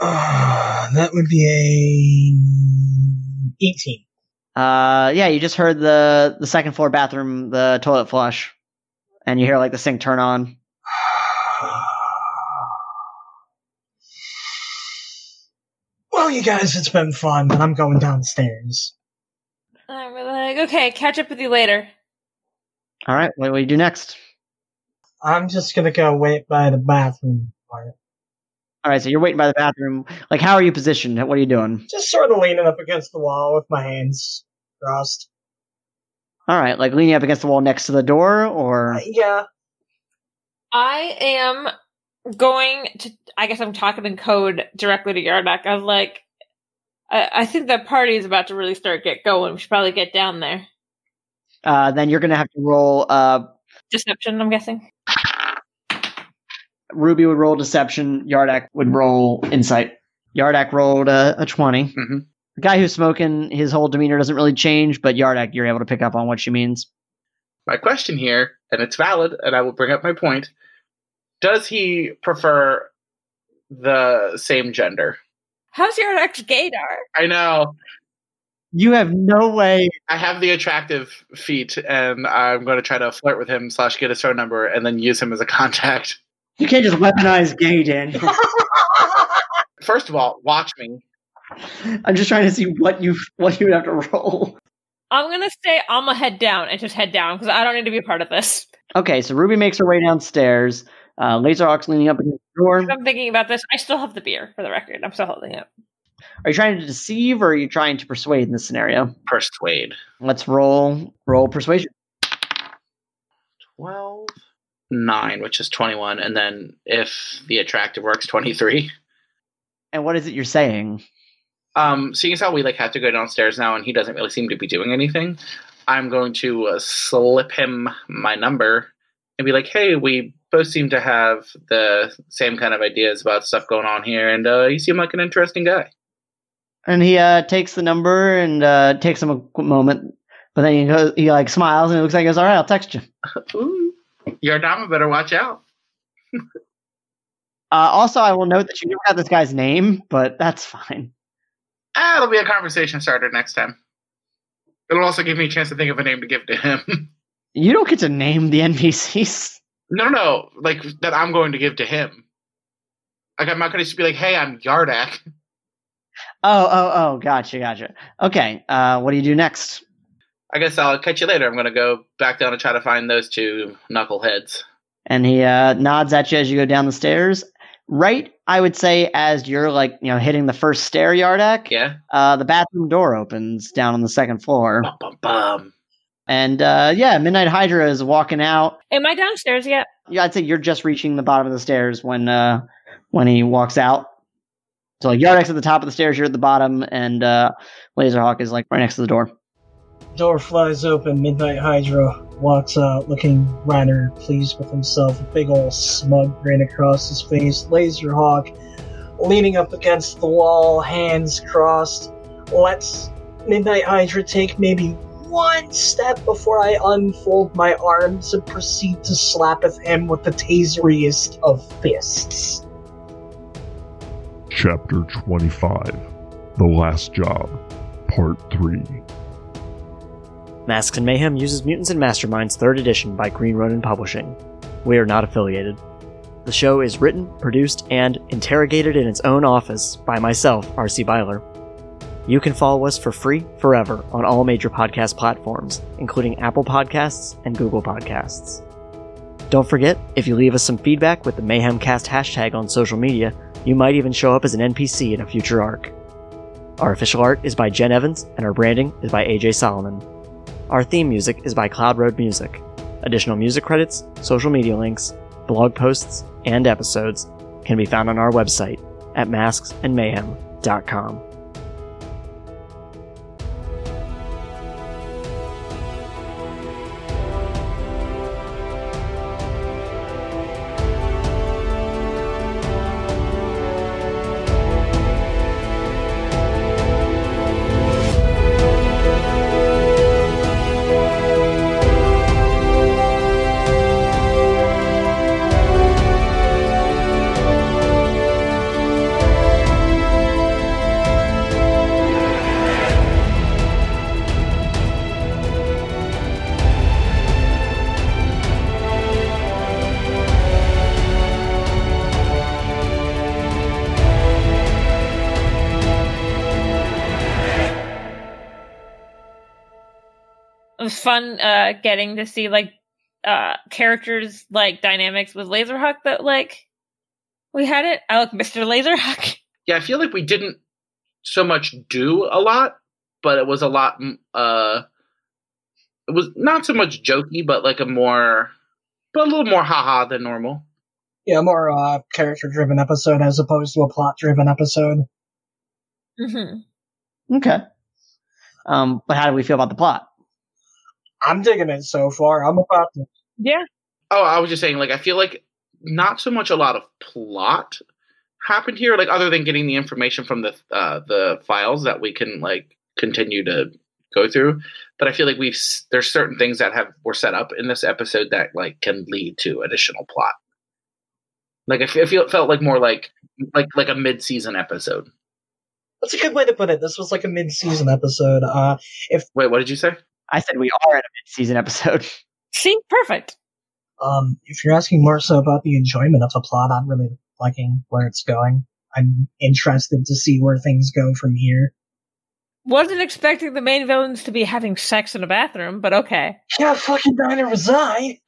Uh, that would be a 18.
Uh, yeah, you just heard the the second floor bathroom, the toilet flush, and you hear like the sink turn on.
Well, you guys, it's been fun, but I'm going downstairs.
I'm Uh, like, okay, catch up with you later.
All right, what, what do you do next?
I'm just gonna go wait by the bathroom part.
All right, so you're waiting by the bathroom. Like, how are you positioned? What are you doing?
Just sort of leaning up against the wall with my hands crossed.
All right, like leaning up against the wall next to the door, or
Uh, Yeah,
I am going to. I guess I'm talking in code directly to Yardak. I'm like, I, I think that party is about to really start get going. We should probably get down there.
uh, then you're gonna have to roll uh
Deception, I'm guessing.
Ruby would roll deception. Yardak would roll insight. Yardak rolled a, a 20.
Mhm.
The guy who's smoking, his whole demeanor doesn't really change, but Yardak, you're able to pick up on what she means.
My question here, and it's valid, and I will bring up my point. Does he prefer the same gender?
How's your ex gaydar?
I know
You have no way.
I have the attractive feat, and I'm going to try to flirt with him slash get his phone number, and then use him as a contact.
You can't just weaponize gay, Daniel.
First of all, watch me.
I'm just trying to see what you what you would have to roll.
I'm gonna say I'm gonna head down and just head down because I don't need to be a part of this.
Okay, so Ruby makes her way downstairs. Uh, Laser Ox leaning up against the door.
'Cause I'm thinking about this. I still have the beer, for the record. I'm still holding it.
Are you trying to deceive or are you trying to persuade in this scenario?
Persuade.
Let's roll roll persuasion.
12, 9, which is 21, and then if the attractive works, 23.
And what is it you're saying?
Um, seeing as how we like have to go downstairs now, and he doesn't really seem to be doing anything, I'm going to uh, slip him my number and be like, "Hey, we both seem to have the same kind of ideas about stuff going on here, and uh, you seem like an interesting guy."
And he uh, takes the number and uh, takes him a qu- moment, but then he goes, he like smiles and it looks like he goes, "All right, I'll text you."
Ooh, your dama better watch out.
Uh, also, I will note that you never got this guy's name, but that's fine.
Ah, it'll be a conversation starter next time. It'll also give me a chance to think of a name to give to him.
You don't get to name the NPCs.
No, no, no. Like that I'm going to give to him. Like I'm not going to just be like, "Hey, I'm Yardak."
Oh, oh, oh, gotcha, gotcha. Okay, uh, what do you do next?
I guess I'll catch you later. I'm going to go back down and try to find those two knuckleheads.
And he uh, nods at you as you go down the stairs. Right, I would say, as you're like, you know, hitting the first stair, Yardak,
Yeah.
uh, the bathroom door opens down on the second floor.
Bum bum bum.
And uh, yeah, Midnight Hydra is walking out.
Am I downstairs yet?
Yeah, I'd say you're just reaching the bottom of the stairs when uh, when he walks out. So like Yardak's at the top of the stairs, you're at the bottom, and uh, Laserhawk is like right next to the door.
Door flies open. Midnight Hydra walks out, looking rather pleased with himself. A big old smug grin across his face. Laserhawk, leaning up against the wall, hands crossed, lets Midnight Hydra take maybe one step before I unfold my arms and proceed to slap at him with the taseriest of fists.
Chapter 25 The Last Job, Part 3.
Masks and Mayhem uses Mutants and Masterminds 3rd edition by Green Ronin Publishing. We are not affiliated. The show is written, produced, and interrogated in its own office by myself, RC Byler. You can follow us for free forever on all major podcast platforms, including Apple Podcasts and Google Podcasts. Don't forget, if you leave us some feedback with the MayhemCast hashtag on social media, you might even show up as an NPC in a future arc. Our official art is by Jen Evans, and our branding is by AJ Solomon. Our theme music is by Cloud Road Music. Additional music credits, social media links, blog posts, and episodes can be found on our website at masksandmayhem.com.
It was fun uh, getting to see like uh, characters like dynamics with Laserhawk that like we had it. I like Mr. Laserhawk.
Yeah, I feel like we didn't so much do a lot, but it was a lot. mm, Uh, it was not so much jokey, but like a more, but a little more haha than normal.
Yeah, more uh, character driven episode as opposed to a plot driven episode.
hmm
Okay. Um, but how do we feel about the plot?
I'm digging it so far. I'm about to
Yeah,
Oh, I was just saying, like I feel like not so much a lot of plot happened here, like other than getting the information from the uh, the files that we can like continue to go through. But I feel like we've s- there's certain things that have were set up in this episode that like can lead to additional plot. Like I feel, I feel it felt like more like like like a mid season episode.
That's a good way to put it. This was like a mid-season episode. Uh,
Wait, what did you say?
I said we are at a mid-season episode.
See, perfect.
um, if you're asking more so about the enjoyment of the plot, I'm really liking where it's going. I'm interested to see where things go from here.
Wasn't expecting the main villains to be having sex in a bathroom, but okay.
Yeah, fucking diner was I.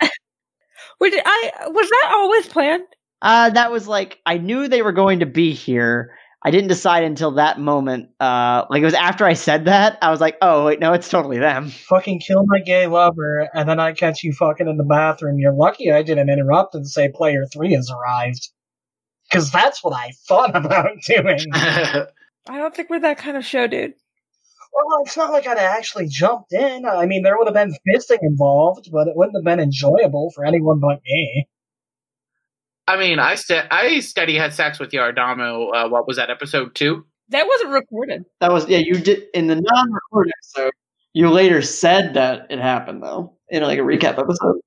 Which I was that always planned?
Uh, that was like I knew they were going to be here. I didn't decide until that moment. Uh, like it was after I said that I was like, oh wait, no, it's totally them.
Fucking kill my gay lover, and then I catch you fucking in the bathroom. You're lucky I didn't interrupt and say player three has arrived. Cause that's what I thought about doing.
I don't think we're that kind of show, dude.
Well, it's not like I'd actually jumped in. I mean, there would have been fisting involved, but it wouldn't have been enjoyable for anyone but me.
I mean, I said I steady had sex with Yardamo. Uh, what was that episode two?
That wasn't recorded.
That was yeah. You did in the non-recorded episode. You later said that it happened though in like a recap episode.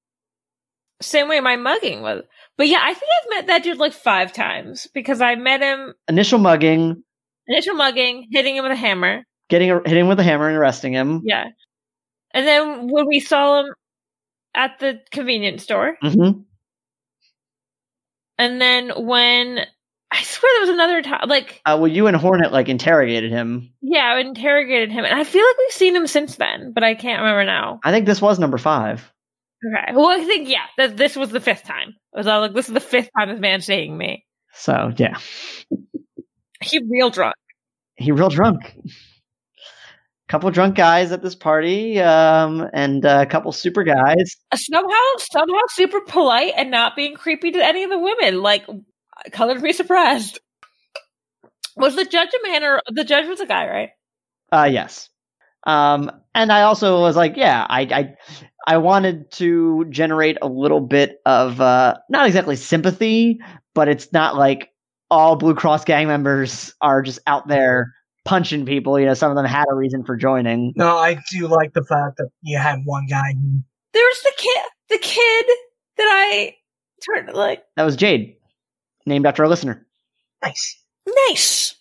Same way my mugging was. But yeah, I think I've met that dude like five times because I met him
Initial mugging,
initial mugging, hitting him with a hammer.
getting a, hitting him with a hammer and arresting him.
Yeah. And then when we saw him at the convenience store,
Mm-hmm.
and then when I swear there was another time, like,
Uh, well, you and Hornet like interrogated him.
yeah, I interrogated him. And I feel like we've seen him since then, but I can't remember now.
I think this was number five.
Okay. Well, I think, yeah, that this was the fifth time. I was all like, this is the fifth time this man's dating me.
So yeah,
He real drunk.
he real drunk. Couple drunk guys at this party, um, and uh, a couple super guys.
somehow somehow super polite and not being creepy to any of the women like colored me surprised was the judge a man or the judge was a guy right
Uh, yes. Um, and I also was like, yeah, I, I, I wanted to generate a little bit of uh, not exactly sympathy, but it's not like all Blue Cross gang members are just out there punching people. You know, some of them had a reason for joining.
No, I do like the fact that you had one guy who
there was the kid the kid that i turned like
That was Jade, named after a listener.
nice.
nice